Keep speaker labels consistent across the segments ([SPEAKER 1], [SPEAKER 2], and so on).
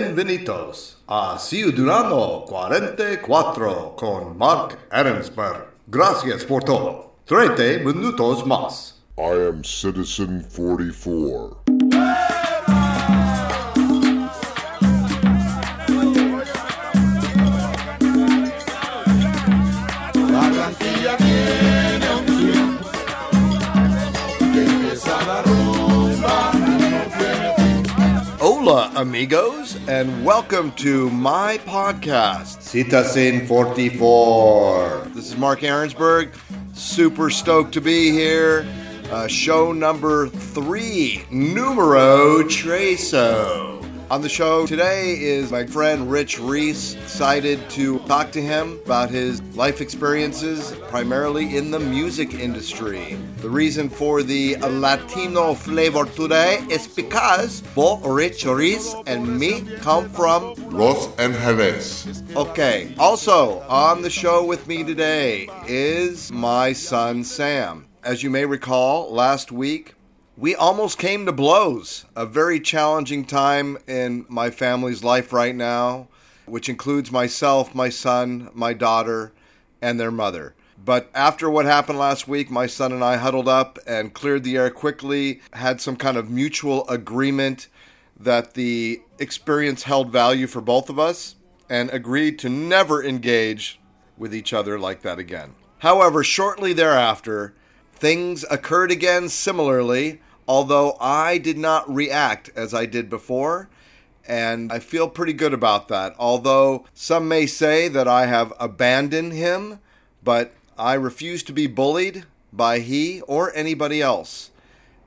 [SPEAKER 1] Bienvenidos a Ciudadano 44 con Mark Arensberg. Gracias por todo. 30 minutos más.
[SPEAKER 2] I am Citizen 44.
[SPEAKER 3] Barranquilla tiene un club que empieza la rumba.
[SPEAKER 1] Hola, amigos, and welcome to my podcast, Citizen 44. This is Mark Ahrensberg. Super stoked to be here. Uh, show number three, numero treso. On the show today is my friend Rich Reese. Excited to talk to him about his life experiences, primarily in the music industry. The reason for the Latino flavor today is because both Rich Reese and me come from
[SPEAKER 2] Los Angeles.
[SPEAKER 1] Okay. Also, on the show with me today is my son Sam. As you may recall, last week we almost came to blows. A very challenging time in my family's life right now, which includes myself, my son, my daughter, and their mother. But after what happened last week, my son and I huddled up and cleared the air quickly, had some kind of mutual agreement that the experience held value for both of us and agreed to never engage with each other like that again. However, shortly thereafter, things occurred again similarly, although I did not react as I did before, and I feel pretty good about that. Although some may say that I have abandoned him, but I refuse to be bullied by he or anybody else.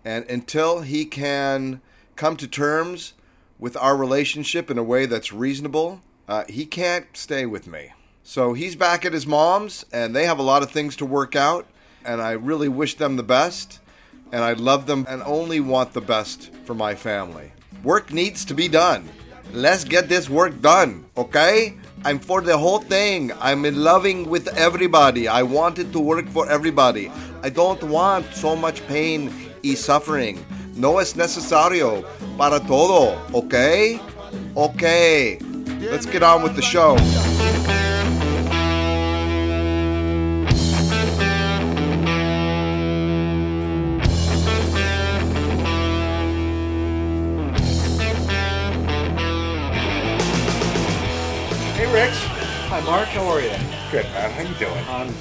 [SPEAKER 1] And until he can come to terms with our relationship in a way that's reasonable, uh, he can't stay with me. So he's back at his mom's, and they have a lot of things to work out. And I really wish them the best. And I love them and only want the best for my family. Work needs to be done. Let's get this work done, okay? I'm for the whole thing. I'm in loving with everybody. I want it to work for everybody. I don't want so much pain y suffering. No es necesario para todo, okay? Okay. Let's get on with the show.
[SPEAKER 4] Hey, Rich. Hi, Mark. How are you?
[SPEAKER 5] Good man, how you doing?
[SPEAKER 4] I'm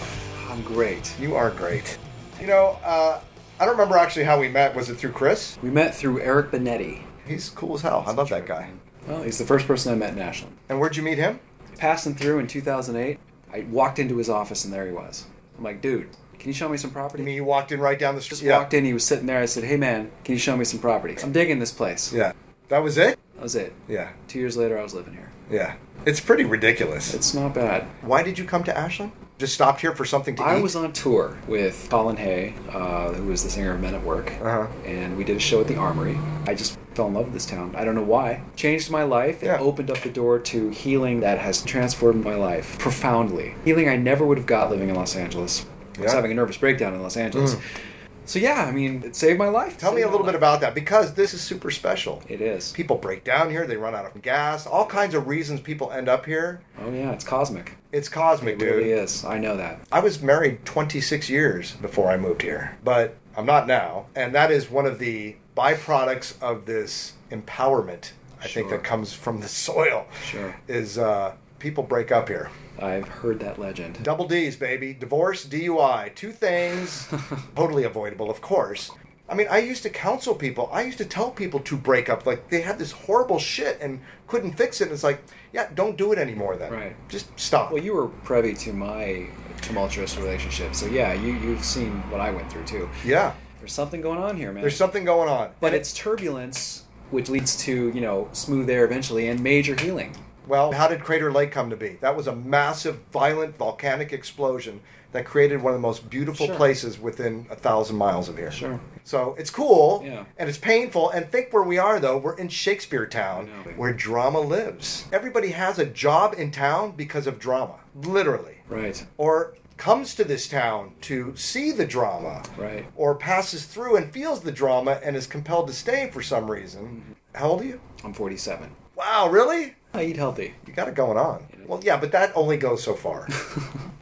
[SPEAKER 4] I'm great.
[SPEAKER 5] You are great.
[SPEAKER 1] You know, uh, I don't remember actually how we met. Was it through Chris?
[SPEAKER 4] We met through Eric Benetti.
[SPEAKER 1] He's cool as hell. I love that guy.
[SPEAKER 4] Well, he's the first person I met in Ashland.
[SPEAKER 1] And where'd you meet him?
[SPEAKER 4] Passing through in 2008, I walked into his office and there he was. I'm like, dude, can you show me some
[SPEAKER 1] I
[SPEAKER 4] property?
[SPEAKER 1] mean, you walked in right down the street.
[SPEAKER 4] Just walked in. He was sitting there. I said, hey, man, can you show me some property? I'm digging this place.
[SPEAKER 1] Yeah. That was it?
[SPEAKER 4] That was it.
[SPEAKER 1] Yeah.
[SPEAKER 4] Two years later, I was living here.
[SPEAKER 1] Yeah. It's pretty ridiculous.
[SPEAKER 4] It's not bad.
[SPEAKER 1] Why did you come to Ashland? Just stopped here for something to
[SPEAKER 4] I
[SPEAKER 1] eat?
[SPEAKER 4] was on tour with Colin Hay, uh, who was the singer of Men at Work,
[SPEAKER 1] Uh-huh.
[SPEAKER 4] and we did a show at the Armory. I just fell in love with this town. I don't know why. Changed my life. It
[SPEAKER 1] Yeah.
[SPEAKER 4] opened up the door to healing that has transformed my life profoundly. Healing I never would have got living in Los Angeles. I was
[SPEAKER 1] Yeah. Mm.
[SPEAKER 4] having a nervous breakdown in Los Angeles. So yeah, I mean, it saved my life.
[SPEAKER 1] Tell me
[SPEAKER 4] Saved
[SPEAKER 1] a
[SPEAKER 4] my
[SPEAKER 1] little bit
[SPEAKER 4] life.
[SPEAKER 1] about that because this is super special.
[SPEAKER 4] It is.
[SPEAKER 1] People break down here, they run out of gas, all kinds of reasons people end up here.
[SPEAKER 4] Oh yeah, it's cosmic.
[SPEAKER 1] It's cosmic,
[SPEAKER 4] It
[SPEAKER 1] dude.
[SPEAKER 4] really is. I know that.
[SPEAKER 1] I was married 26 years before I moved here, but I'm not now. And that is one of the byproducts of this empowerment, I think,
[SPEAKER 4] Sure.
[SPEAKER 1] that comes from the soil.
[SPEAKER 4] Sure.
[SPEAKER 1] Is uh, people break up here.
[SPEAKER 4] I've heard that legend.
[SPEAKER 1] Double D's, baby. Divorce, DUI. Two things totally avoidable, of course. I mean, I used to counsel people. I used to tell people to break up. Like, they had this horrible shit and couldn't fix it. And it's like, yeah, don't do it anymore then.
[SPEAKER 4] Right.
[SPEAKER 1] Just stop.
[SPEAKER 4] Well, you were privy to my tumultuous relationship, so yeah, you you've seen what I went through too.
[SPEAKER 1] yeah.
[SPEAKER 4] There's something going on here, man.
[SPEAKER 1] There's something going on.
[SPEAKER 4] but it's turbulence, which leads to you know smooth air eventually and major healing.
[SPEAKER 1] Well, how did Crater Lake come to be? That was a massive, violent volcanic explosion that created one of the most beautiful
[SPEAKER 4] Sure.
[SPEAKER 1] places within a thousand miles of here.
[SPEAKER 4] Sure.
[SPEAKER 1] So it's cool,
[SPEAKER 4] Yeah.
[SPEAKER 1] and it's painful. And think where we are, though. We're in Shakespeare Town,
[SPEAKER 4] I know.
[SPEAKER 1] where drama lives. Everybody has a job in town because of drama, literally.
[SPEAKER 4] Right.
[SPEAKER 1] Or comes to this town to see the drama
[SPEAKER 4] Right.
[SPEAKER 1] or passes
[SPEAKER 4] Mm-hmm.
[SPEAKER 1] through and feels the drama and is compelled to stay for some reason. How old are you?
[SPEAKER 4] I'm 47.
[SPEAKER 1] Wow, really?
[SPEAKER 4] I eat healthy.
[SPEAKER 1] You got it going on. Well, yeah, but that only goes so far.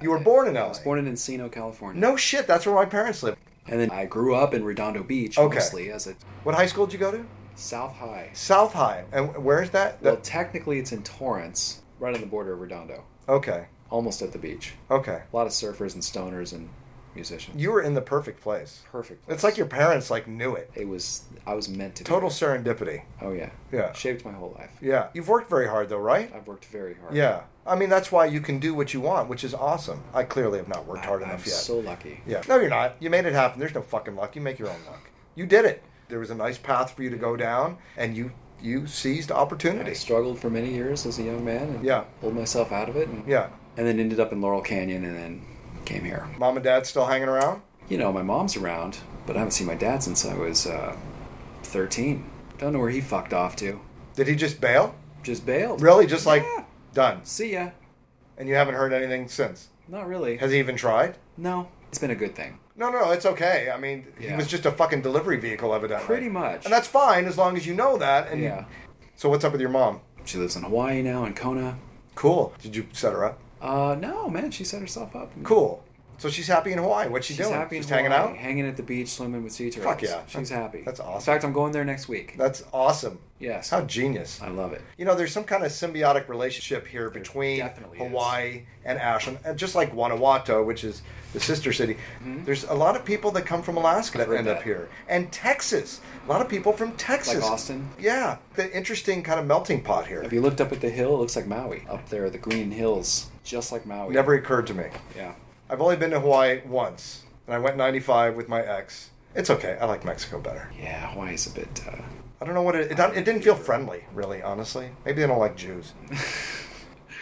[SPEAKER 1] you were born in LA.
[SPEAKER 4] Born in Encino, California.
[SPEAKER 1] no shit, that's where my parents live.
[SPEAKER 4] And then I grew up in Redondo Beach
[SPEAKER 1] Okay.
[SPEAKER 4] mostly as a
[SPEAKER 1] What high school did you go to?
[SPEAKER 4] South High.
[SPEAKER 1] South High. And where is that?
[SPEAKER 4] Well,
[SPEAKER 1] That-
[SPEAKER 4] technically it's in Torrance, right on the border of Redondo,
[SPEAKER 1] okay.
[SPEAKER 4] almost at the beach.
[SPEAKER 1] Okay.
[SPEAKER 4] A lot of surfers and stoners and musicians.
[SPEAKER 1] You were in the perfect place.
[SPEAKER 4] Perfect.
[SPEAKER 1] It's
[SPEAKER 4] place.
[SPEAKER 1] like your parents like knew it.
[SPEAKER 4] It was. I was meant to. be
[SPEAKER 1] Total
[SPEAKER 4] there.
[SPEAKER 1] serendipity.
[SPEAKER 4] Oh yeah.
[SPEAKER 1] Yeah.
[SPEAKER 4] Shaped my whole life.
[SPEAKER 1] Yeah. You've worked very hard though, right?
[SPEAKER 4] I've worked very hard.
[SPEAKER 1] Yeah. I mean, that's why you can do what you want, which is awesome. I clearly have not worked hard
[SPEAKER 4] I,
[SPEAKER 1] enough
[SPEAKER 4] am
[SPEAKER 1] yet.
[SPEAKER 4] so lucky.
[SPEAKER 1] Yeah. No, you're not. You made it happen. There's no fucking luck. You make your own luck. You did it. There was a nice path for you to go down, and you you seized
[SPEAKER 4] I
[SPEAKER 1] opportunity.
[SPEAKER 4] struggled for many years as a young man and
[SPEAKER 1] Yeah.
[SPEAKER 4] pulled myself out of it and
[SPEAKER 1] Yeah.
[SPEAKER 4] and then ended up in Laurel Canyon and then came here.
[SPEAKER 1] Mom and Dad still hanging around.
[SPEAKER 4] You know, my mom's around, but I haven't seen my dad since I was uh, 13. Don't know where he fucked off to.
[SPEAKER 1] Did he just bail?
[SPEAKER 4] Just bailed.
[SPEAKER 1] Really? Just like
[SPEAKER 4] Yeah.
[SPEAKER 1] done.
[SPEAKER 4] See ya.
[SPEAKER 1] And you haven't heard anything since.
[SPEAKER 4] Not really.
[SPEAKER 1] Has he even tried?
[SPEAKER 4] No, it's been a good thing.
[SPEAKER 1] No, no, no. It's okay. I mean, he
[SPEAKER 4] Yeah.
[SPEAKER 1] was just a fucking delivery vehicle, evidently.
[SPEAKER 4] Pretty much.
[SPEAKER 1] And that's fine as long as you know that. And you-
[SPEAKER 4] Yeah.
[SPEAKER 1] so, what's up with your mom?
[SPEAKER 4] She lives in Hawaii now, in Kona.
[SPEAKER 1] Cool. Did you set her up?
[SPEAKER 4] Uh, no, man, she set herself up.
[SPEAKER 1] Cool. So she's happy in Hawaii. What's she
[SPEAKER 4] She's
[SPEAKER 1] doing?
[SPEAKER 4] happy in
[SPEAKER 1] she's hanging
[SPEAKER 4] Hawaii,
[SPEAKER 1] out.
[SPEAKER 4] hanging at the beach, swimming with sea turtles.
[SPEAKER 1] Fuck yeah.
[SPEAKER 4] she's happy.
[SPEAKER 1] That's
[SPEAKER 4] In
[SPEAKER 1] awesome.
[SPEAKER 4] fact, I'm going there next week.
[SPEAKER 1] That's awesome.
[SPEAKER 4] Yes,
[SPEAKER 1] How genius.
[SPEAKER 4] I love it.
[SPEAKER 1] You know, there's some kind of symbiotic relationship here between
[SPEAKER 4] definitely is.
[SPEAKER 1] Hawaii and Ashland, and just like Guanajuato, which is the sister city. There's a lot of people that come from Alaska that
[SPEAKER 4] Mm-hmm. heard
[SPEAKER 1] end up
[SPEAKER 4] that.
[SPEAKER 1] here, and Texas. A lot of people from Texas,
[SPEAKER 4] Austin?
[SPEAKER 1] Yeah, the interesting kind of melting pot here.
[SPEAKER 4] If you looked up at the hill, it looks like Maui up there, the green hills, just like Maui.
[SPEAKER 1] Never occurred to me.
[SPEAKER 4] Yeah.
[SPEAKER 1] I've only been to Hawaii once, and I went '95 with my ex. It's okay. I like Mexico better.
[SPEAKER 4] Yeah, Hawaii's a bit. Uh,
[SPEAKER 1] I don't know what it. It, don't- it didn't feel friendly, really. Honestly, maybe they don't like Jews.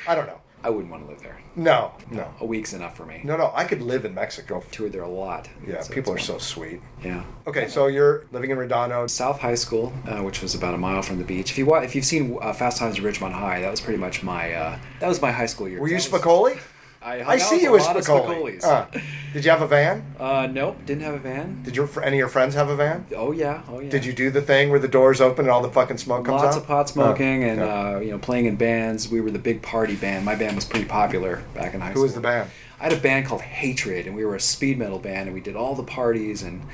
[SPEAKER 1] I don't know.
[SPEAKER 4] I wouldn't want to live there.
[SPEAKER 1] No, no.
[SPEAKER 4] A week's enough for me.
[SPEAKER 1] No, no, I could live in Mexico.
[SPEAKER 4] Toured there a lot.
[SPEAKER 1] Yeah,
[SPEAKER 4] So
[SPEAKER 1] people are
[SPEAKER 4] it's
[SPEAKER 1] so
[SPEAKER 4] fun.
[SPEAKER 1] sweet.
[SPEAKER 4] Yeah.
[SPEAKER 1] Okay, so you're living in Redondo.
[SPEAKER 4] South High School, uh, which was about a mile from the beach. If you wa- if you've seen uh, Fast Times at Ridgemont High, that was pretty much my uh, that was my high school year.
[SPEAKER 1] Were you
[SPEAKER 4] That was-
[SPEAKER 1] Spicoli?
[SPEAKER 4] I, hung
[SPEAKER 1] I
[SPEAKER 4] out
[SPEAKER 1] see
[SPEAKER 4] with
[SPEAKER 1] you
[SPEAKER 4] a
[SPEAKER 1] as
[SPEAKER 4] lot of
[SPEAKER 1] Spicoli.
[SPEAKER 4] Spicolis.
[SPEAKER 1] Uh, did you have a van?
[SPEAKER 4] Uh, nope, didn't have a van.
[SPEAKER 1] Did your fr- any of your friends have a van?
[SPEAKER 4] Oh yeah, oh yeah.
[SPEAKER 1] Did you do the thing where the doors open and all the fucking smoke comes
[SPEAKER 4] Lots
[SPEAKER 1] out?
[SPEAKER 4] of pot smoking
[SPEAKER 1] Uh,
[SPEAKER 4] and
[SPEAKER 1] yeah.
[SPEAKER 4] uh, you know playing in bands. We were the big party band. My band was pretty popular back in high school.
[SPEAKER 1] Who was the band?
[SPEAKER 4] I had a band called Hatred, and we were a speed metal band, and we did all the parties and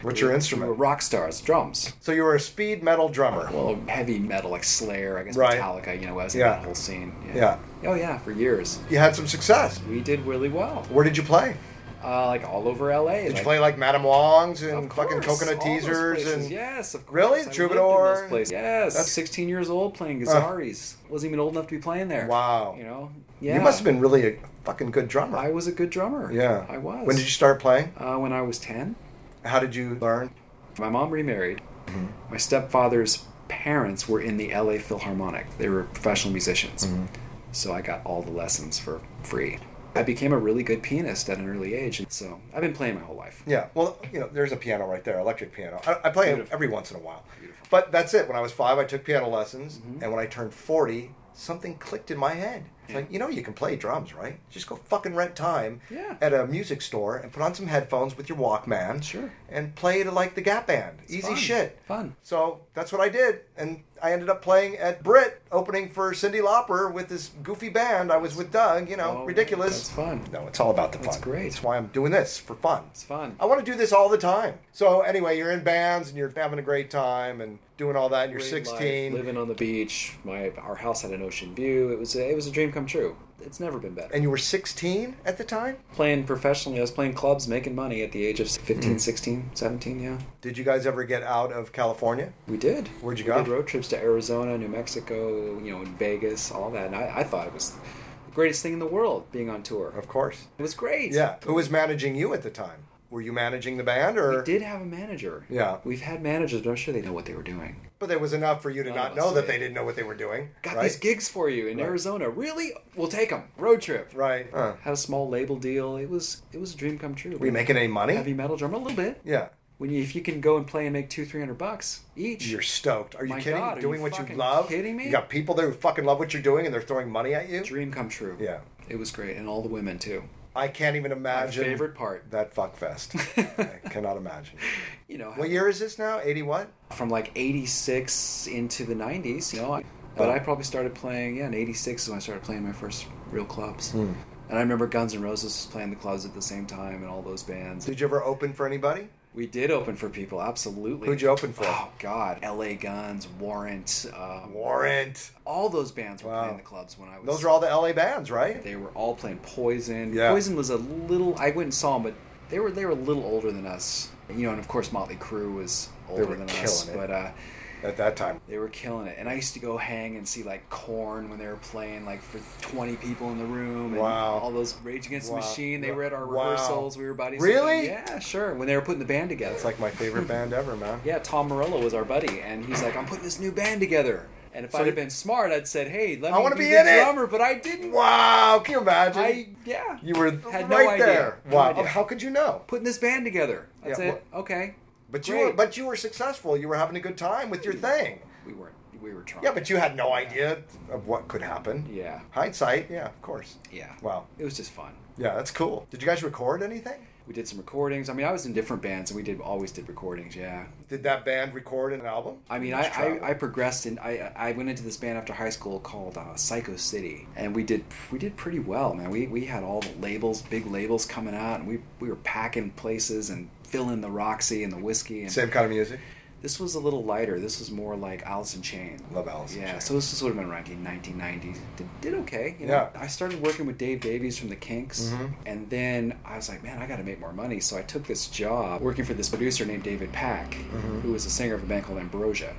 [SPEAKER 1] What's your
[SPEAKER 4] we were
[SPEAKER 1] instrument?
[SPEAKER 4] rock stars, drums.
[SPEAKER 1] So you were a speed metal drummer.
[SPEAKER 4] Well, heavy metal like Slayer, I guess
[SPEAKER 1] Right.
[SPEAKER 4] Metallica. You know, I was
[SPEAKER 1] Yeah.
[SPEAKER 4] in that whole scene.
[SPEAKER 1] Yeah.
[SPEAKER 4] Oh yeah, for years.
[SPEAKER 1] You had some success.
[SPEAKER 4] We did really well,
[SPEAKER 1] Where did you play?
[SPEAKER 4] uh, like all over LA.
[SPEAKER 1] Did you play like Madame Wong's and fucking coconut teasers
[SPEAKER 4] teasers
[SPEAKER 1] and
[SPEAKER 4] yes, of course.
[SPEAKER 1] Really?
[SPEAKER 4] I lived in
[SPEAKER 1] Troubadour?
[SPEAKER 4] those places. Yes,
[SPEAKER 1] That's-
[SPEAKER 4] 16 years old playing Gazaris. Wasn't even old enough to be playing there.
[SPEAKER 1] Wow.
[SPEAKER 4] You know? Yeah.
[SPEAKER 1] you must have been really a fucking good drummer.
[SPEAKER 4] I was a good drummer.
[SPEAKER 1] yeah.
[SPEAKER 4] I was.
[SPEAKER 1] When did you start playing?
[SPEAKER 4] Uh, when I was 10.
[SPEAKER 1] How did you learn?
[SPEAKER 4] My mom remarried.
[SPEAKER 1] Mm-hmm.
[SPEAKER 4] My stepfather's parents were in the LA Philharmonic. They were professional musicians.
[SPEAKER 1] Mm-hmm.
[SPEAKER 4] So I got all the lessons for free. I became a really good pianist at an early age, and so I've been playing my whole life.
[SPEAKER 1] Yeah, well, you know, there's a piano right there, electric piano. I, I play it
[SPEAKER 4] Beautiful.
[SPEAKER 1] every once in a while. But that's it. When I was five, I took piano lessons,
[SPEAKER 4] Mm-hmm.
[SPEAKER 1] and when I turned 40, something clicked in my head. It's like, you know, you can play drums, right? Just go fucking rent time
[SPEAKER 4] Yeah.
[SPEAKER 1] at a music store and put on some headphones with your Walkman.
[SPEAKER 4] Sure.
[SPEAKER 1] And play to like the Gap Band. Easy
[SPEAKER 4] fun.
[SPEAKER 1] shit.
[SPEAKER 4] Fun.
[SPEAKER 1] So that's what I did, and I ended up playing at Brit, opening for Cindy Lauper with this goofy band. I was with Doug, you know,
[SPEAKER 4] Oh,
[SPEAKER 1] ridiculous.
[SPEAKER 4] That's fun.
[SPEAKER 1] No, it's all about the fun.
[SPEAKER 4] That's great.
[SPEAKER 1] That's why I'm doing this for fun.
[SPEAKER 4] It's fun.
[SPEAKER 1] I want to do this all the time. So anyway, you're in bands and you're having a great time and doing all that. And you're
[SPEAKER 4] Great
[SPEAKER 1] 16.
[SPEAKER 4] life, living on the beach. My our house had an ocean view. It was a, it was a dream come true. It's never been better.
[SPEAKER 1] and you were 16 at the time?
[SPEAKER 4] playing professionally, I was playing clubs, making money at the age of
[SPEAKER 1] Mm-hmm.
[SPEAKER 4] 15, 16, 17, yeah.
[SPEAKER 1] Did you guys ever get out of California?
[SPEAKER 4] We did.
[SPEAKER 1] Where'd you
[SPEAKER 4] We
[SPEAKER 1] go?
[SPEAKER 4] Did road trips to Arizona, New Mexico, you know, in Vegas, all that. And I, I thought it was the greatest thing in the world being on tour.
[SPEAKER 1] Of course.
[SPEAKER 4] It was great.
[SPEAKER 1] Yeah. Who was managing you at the time? Were you managing the band or
[SPEAKER 4] We did have a manager.
[SPEAKER 1] Yeah.
[SPEAKER 4] We've had managers, but I'm sure they know what they were doing.
[SPEAKER 1] but there was enough for you to
[SPEAKER 4] None
[SPEAKER 1] not
[SPEAKER 4] of
[SPEAKER 1] know
[SPEAKER 4] us
[SPEAKER 1] that
[SPEAKER 4] did.
[SPEAKER 1] they didn't know what they were doing.
[SPEAKER 4] Got
[SPEAKER 1] right?
[SPEAKER 4] these gigs for you in
[SPEAKER 1] Right.
[SPEAKER 4] Arizona. Really? We'll take them. Road trip.
[SPEAKER 1] Right. Uh,
[SPEAKER 4] Had a small label deal. It was it was a dream come true.
[SPEAKER 1] were you making any money?
[SPEAKER 4] heavy metal drummer a little bit.
[SPEAKER 1] yeah.
[SPEAKER 4] When you, if you can go and play and make two three hundred bucks each,
[SPEAKER 1] You're stoked. Are you
[SPEAKER 4] My
[SPEAKER 1] kidding?
[SPEAKER 4] God, are
[SPEAKER 1] doing
[SPEAKER 4] you
[SPEAKER 1] what you
[SPEAKER 4] fucking
[SPEAKER 1] love?
[SPEAKER 4] kidding me?
[SPEAKER 1] You got people there who fucking love what you're doing and they're throwing money at you?
[SPEAKER 4] dream come true.
[SPEAKER 1] Yeah.
[SPEAKER 4] it was great, and all the women too.
[SPEAKER 1] I can't even
[SPEAKER 4] My
[SPEAKER 1] imagine
[SPEAKER 4] favorite part,
[SPEAKER 1] that fuck fest. I cannot imagine.
[SPEAKER 4] you know,
[SPEAKER 1] What year is this now? 80 what?
[SPEAKER 4] from like '86 into the '90s. You know, I
[SPEAKER 1] Oh.
[SPEAKER 4] But I probably started playing, yeah, in 86 is when I started playing my first real clubs.
[SPEAKER 1] Hmm.
[SPEAKER 4] And I remember Guns N' Roses was playing the clubs at the same time and all those bands.
[SPEAKER 1] Did you ever open for anybody?
[SPEAKER 4] We did open for people, absolutely.
[SPEAKER 1] Who'd you open for?
[SPEAKER 4] Oh, God. LA Guns, Warrant. Uh,
[SPEAKER 1] Warrant.
[SPEAKER 4] All those bands were
[SPEAKER 1] Wow.
[SPEAKER 4] playing the clubs when I was.
[SPEAKER 1] Those are all the LA bands, right?
[SPEAKER 4] They were all playing Poison.
[SPEAKER 1] Yeah.
[SPEAKER 4] Poison was a little. I went and saw them, but they were they were a little older than us. You know, and of course Motley Crue was older
[SPEAKER 1] were
[SPEAKER 4] than us,
[SPEAKER 1] killing it.
[SPEAKER 4] but uh,
[SPEAKER 1] At that time.
[SPEAKER 4] they were killing it. And I used to go hang and see like Corn when they were playing like for twenty people in the room. And
[SPEAKER 1] Wow.
[SPEAKER 4] All those Rage Against
[SPEAKER 1] Wow.
[SPEAKER 4] the Machine. They were at our
[SPEAKER 1] Wow.
[SPEAKER 4] rehearsals. We were buddies.
[SPEAKER 1] Really?
[SPEAKER 4] Yeah, sure. When they were putting the band together,
[SPEAKER 1] It's like my favorite band ever, man.
[SPEAKER 4] yeah, Tom Morello was our buddy, and he's like, I'm putting this new band together. And if I'd have been smart, I'd said, Hey, let
[SPEAKER 1] I
[SPEAKER 4] me
[SPEAKER 1] wanna
[SPEAKER 4] be,
[SPEAKER 1] be
[SPEAKER 4] the
[SPEAKER 1] in it."
[SPEAKER 4] drummer, but I didn't.
[SPEAKER 1] Wow, can you imagine?
[SPEAKER 4] I yeah.
[SPEAKER 1] you were
[SPEAKER 4] Had no
[SPEAKER 1] right
[SPEAKER 4] idea.
[SPEAKER 1] there.
[SPEAKER 4] No
[SPEAKER 1] wow.
[SPEAKER 4] idea.
[SPEAKER 1] How could you know?
[SPEAKER 4] putting this band together. That's
[SPEAKER 1] Yeah,
[SPEAKER 4] it. okay.
[SPEAKER 1] But you
[SPEAKER 4] Great.
[SPEAKER 1] were but you were successful. You were having a good time with your thing.
[SPEAKER 4] We weren't. We were trying.
[SPEAKER 1] Yeah, but you had no idea of what could happen.
[SPEAKER 4] Yeah.
[SPEAKER 1] Hindsight, yeah, of course.
[SPEAKER 4] Yeah.
[SPEAKER 1] Wow.
[SPEAKER 4] It was just fun.
[SPEAKER 1] Yeah, that's cool. Did you guys record anything?
[SPEAKER 4] We did some recordings. I mean, I was in different bands, and we did always did recordings. Yeah.
[SPEAKER 1] Did that band record an album?
[SPEAKER 4] I mean, I,
[SPEAKER 1] Let's try
[SPEAKER 4] I, I progressed and I I went into this band after high school called uh, Psycho City, and we did we did pretty well, man. We we had all the labels, big labels coming out, and we we were packing places and filling the Roxy and the whiskey. And
[SPEAKER 1] Same kind of music.
[SPEAKER 4] This was a little lighter. This was more like Alice in Chains.
[SPEAKER 1] Love Alice in
[SPEAKER 4] Yeah,
[SPEAKER 1] Chains.
[SPEAKER 4] so this would have been around 1990. Did, did okay. You know,
[SPEAKER 1] Yeah. Mm-hmm.
[SPEAKER 4] I started working with Dave Davies from the Kinks, and then I was like, man, I got to make more money. So I took this job working for this producer named David Pack,
[SPEAKER 1] Mm-hmm.
[SPEAKER 4] who was a singer of a band called Ambrosia.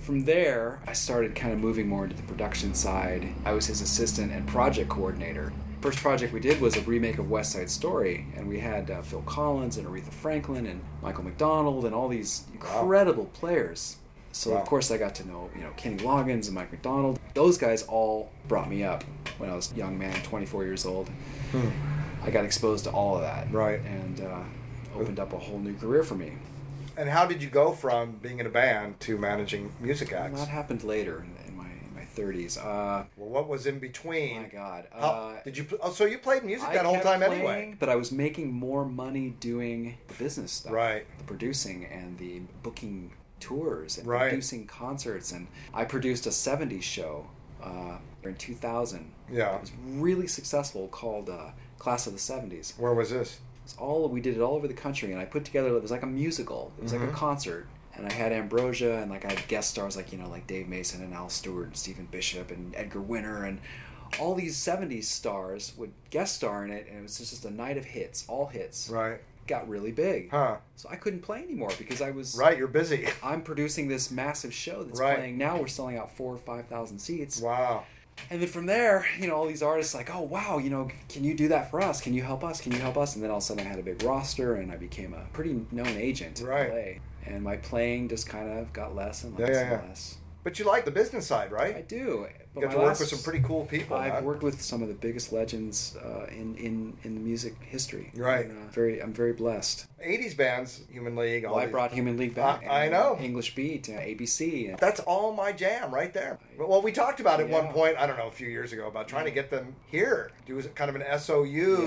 [SPEAKER 4] From there, I started kind of moving more into the production side. I was his assistant and project coordinator. First project we did was a remake of West Side Story, and we had uh, Phil Collins and Aretha Franklin and Michael McDonald and all these incredible players. So
[SPEAKER 1] Wow.
[SPEAKER 4] of course I got to know you know Kenny Loggins and Mike McDonald. Those guys all brought me up when I was a young man, 24 years old. I got exposed to all of that,
[SPEAKER 1] Hmm. Right.
[SPEAKER 4] and uh, opened up a whole new career for me.
[SPEAKER 1] And how did you go from being in a band to managing music
[SPEAKER 4] And
[SPEAKER 1] acts?
[SPEAKER 4] that happened later in, in my in my 30s. Uh,
[SPEAKER 1] Well, what was in between?
[SPEAKER 4] Oh my God,
[SPEAKER 1] How,
[SPEAKER 4] uh,
[SPEAKER 1] did you? pl- Oh, so you played music
[SPEAKER 4] I
[SPEAKER 1] that whole
[SPEAKER 4] kept
[SPEAKER 1] time
[SPEAKER 4] playing,
[SPEAKER 1] anyway.
[SPEAKER 4] But I was making more money doing the business stuff.
[SPEAKER 1] Right.
[SPEAKER 4] The producing and the booking tours and
[SPEAKER 1] Right.
[SPEAKER 4] producing concerts. And I produced a 70s show uh, in 2000.
[SPEAKER 1] Yeah.
[SPEAKER 4] It was really successful called uh, Class of the 70s.
[SPEAKER 1] Where was this?
[SPEAKER 4] It's all we did it all over the country, and I put together it was like a musical. It was
[SPEAKER 1] Mm-hmm.
[SPEAKER 4] like a concert, and I had Ambrosia, and like I had guest stars like you know like Dave Mason and Al Stewart and Stephen Bishop and Edgar Winter and all these '70s stars would guest star in it, and it was just a night of hits, all hits.
[SPEAKER 1] Right.
[SPEAKER 4] Got really big.
[SPEAKER 1] Huh.
[SPEAKER 4] So I couldn't play anymore because I was
[SPEAKER 1] Right. You're busy.
[SPEAKER 4] I'm producing this massive show that's
[SPEAKER 1] Right.
[SPEAKER 4] playing now. We're selling out four or five thousand seats.
[SPEAKER 1] wow.
[SPEAKER 4] And then from there, you know, all these artists like, oh wow, you know, can you do that for us? Can you help us? Can you help us? And then all of a sudden, I had a big roster, and I became a pretty known agent in
[SPEAKER 1] Right.
[SPEAKER 4] LA. And my playing just kind of got less and
[SPEAKER 1] Yeah,
[SPEAKER 4] less
[SPEAKER 1] yeah,
[SPEAKER 4] and
[SPEAKER 1] yeah.
[SPEAKER 4] less.
[SPEAKER 1] But you like the business side, right?
[SPEAKER 4] I do. But
[SPEAKER 1] you got
[SPEAKER 4] my
[SPEAKER 1] to work
[SPEAKER 4] last-
[SPEAKER 1] with some pretty cool people.
[SPEAKER 4] I've
[SPEAKER 1] man.
[SPEAKER 4] worked with some of the biggest legends uh, in in in the music history.
[SPEAKER 1] Right.
[SPEAKER 4] And, uh, very, I'm very blessed.
[SPEAKER 1] 80s bands, Human League. all
[SPEAKER 4] Well, I
[SPEAKER 1] these-
[SPEAKER 4] brought Human League back.
[SPEAKER 1] I- I
[SPEAKER 4] and
[SPEAKER 1] know.
[SPEAKER 4] English Beat, uh, ABC. and-
[SPEAKER 1] That's all my jam right there. Well, we talked about it
[SPEAKER 4] Yeah. Mm.
[SPEAKER 1] one point, I don't know, a few years ago, about trying to get them here. Do kind of an SOU,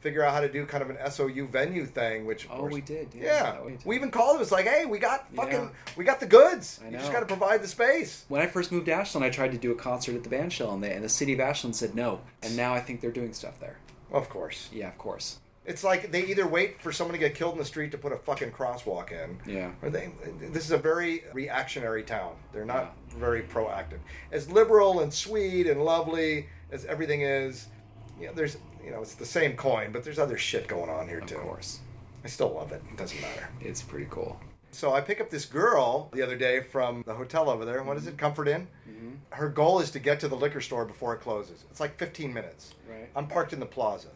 [SPEAKER 1] figure out how to do kind of an SOU venue thing, which. of
[SPEAKER 4] Oh,
[SPEAKER 1] course-
[SPEAKER 4] we did, yeah,
[SPEAKER 1] Yeah.
[SPEAKER 4] that we did.
[SPEAKER 1] We even called them. It's like, hey, we got fucking,
[SPEAKER 4] Yeah.
[SPEAKER 1] we got the goods.
[SPEAKER 4] I
[SPEAKER 1] You just
[SPEAKER 4] know.
[SPEAKER 1] got to provide the space.
[SPEAKER 4] When I first moved to Ashland, I tried to do a concert at the band shell, and, they, and the city of Ashland said no. And now I think they're doing stuff there.
[SPEAKER 1] Of course.
[SPEAKER 4] Yeah, of course.
[SPEAKER 1] It's like they either wait for someone to get killed in the street to put a fucking crosswalk in.
[SPEAKER 4] Yeah.
[SPEAKER 1] Or they, this is a very reactionary town. They're not very proactive. As liberal and sweet and lovely as everything is, you know, there's you know, it's the same coin, but there's other shit going on here
[SPEAKER 4] Of
[SPEAKER 1] too.
[SPEAKER 4] course.
[SPEAKER 1] I still love it. It doesn't matter.
[SPEAKER 4] It's pretty cool.
[SPEAKER 1] So I pick up this girl the other day from the hotel over there. What is
[SPEAKER 4] Mm-hmm.
[SPEAKER 1] it? Comfort Inn. Her goal is to get to the liquor store before it closes. It's like 15 minutes.
[SPEAKER 4] Right.
[SPEAKER 1] I'm parked in the plaza.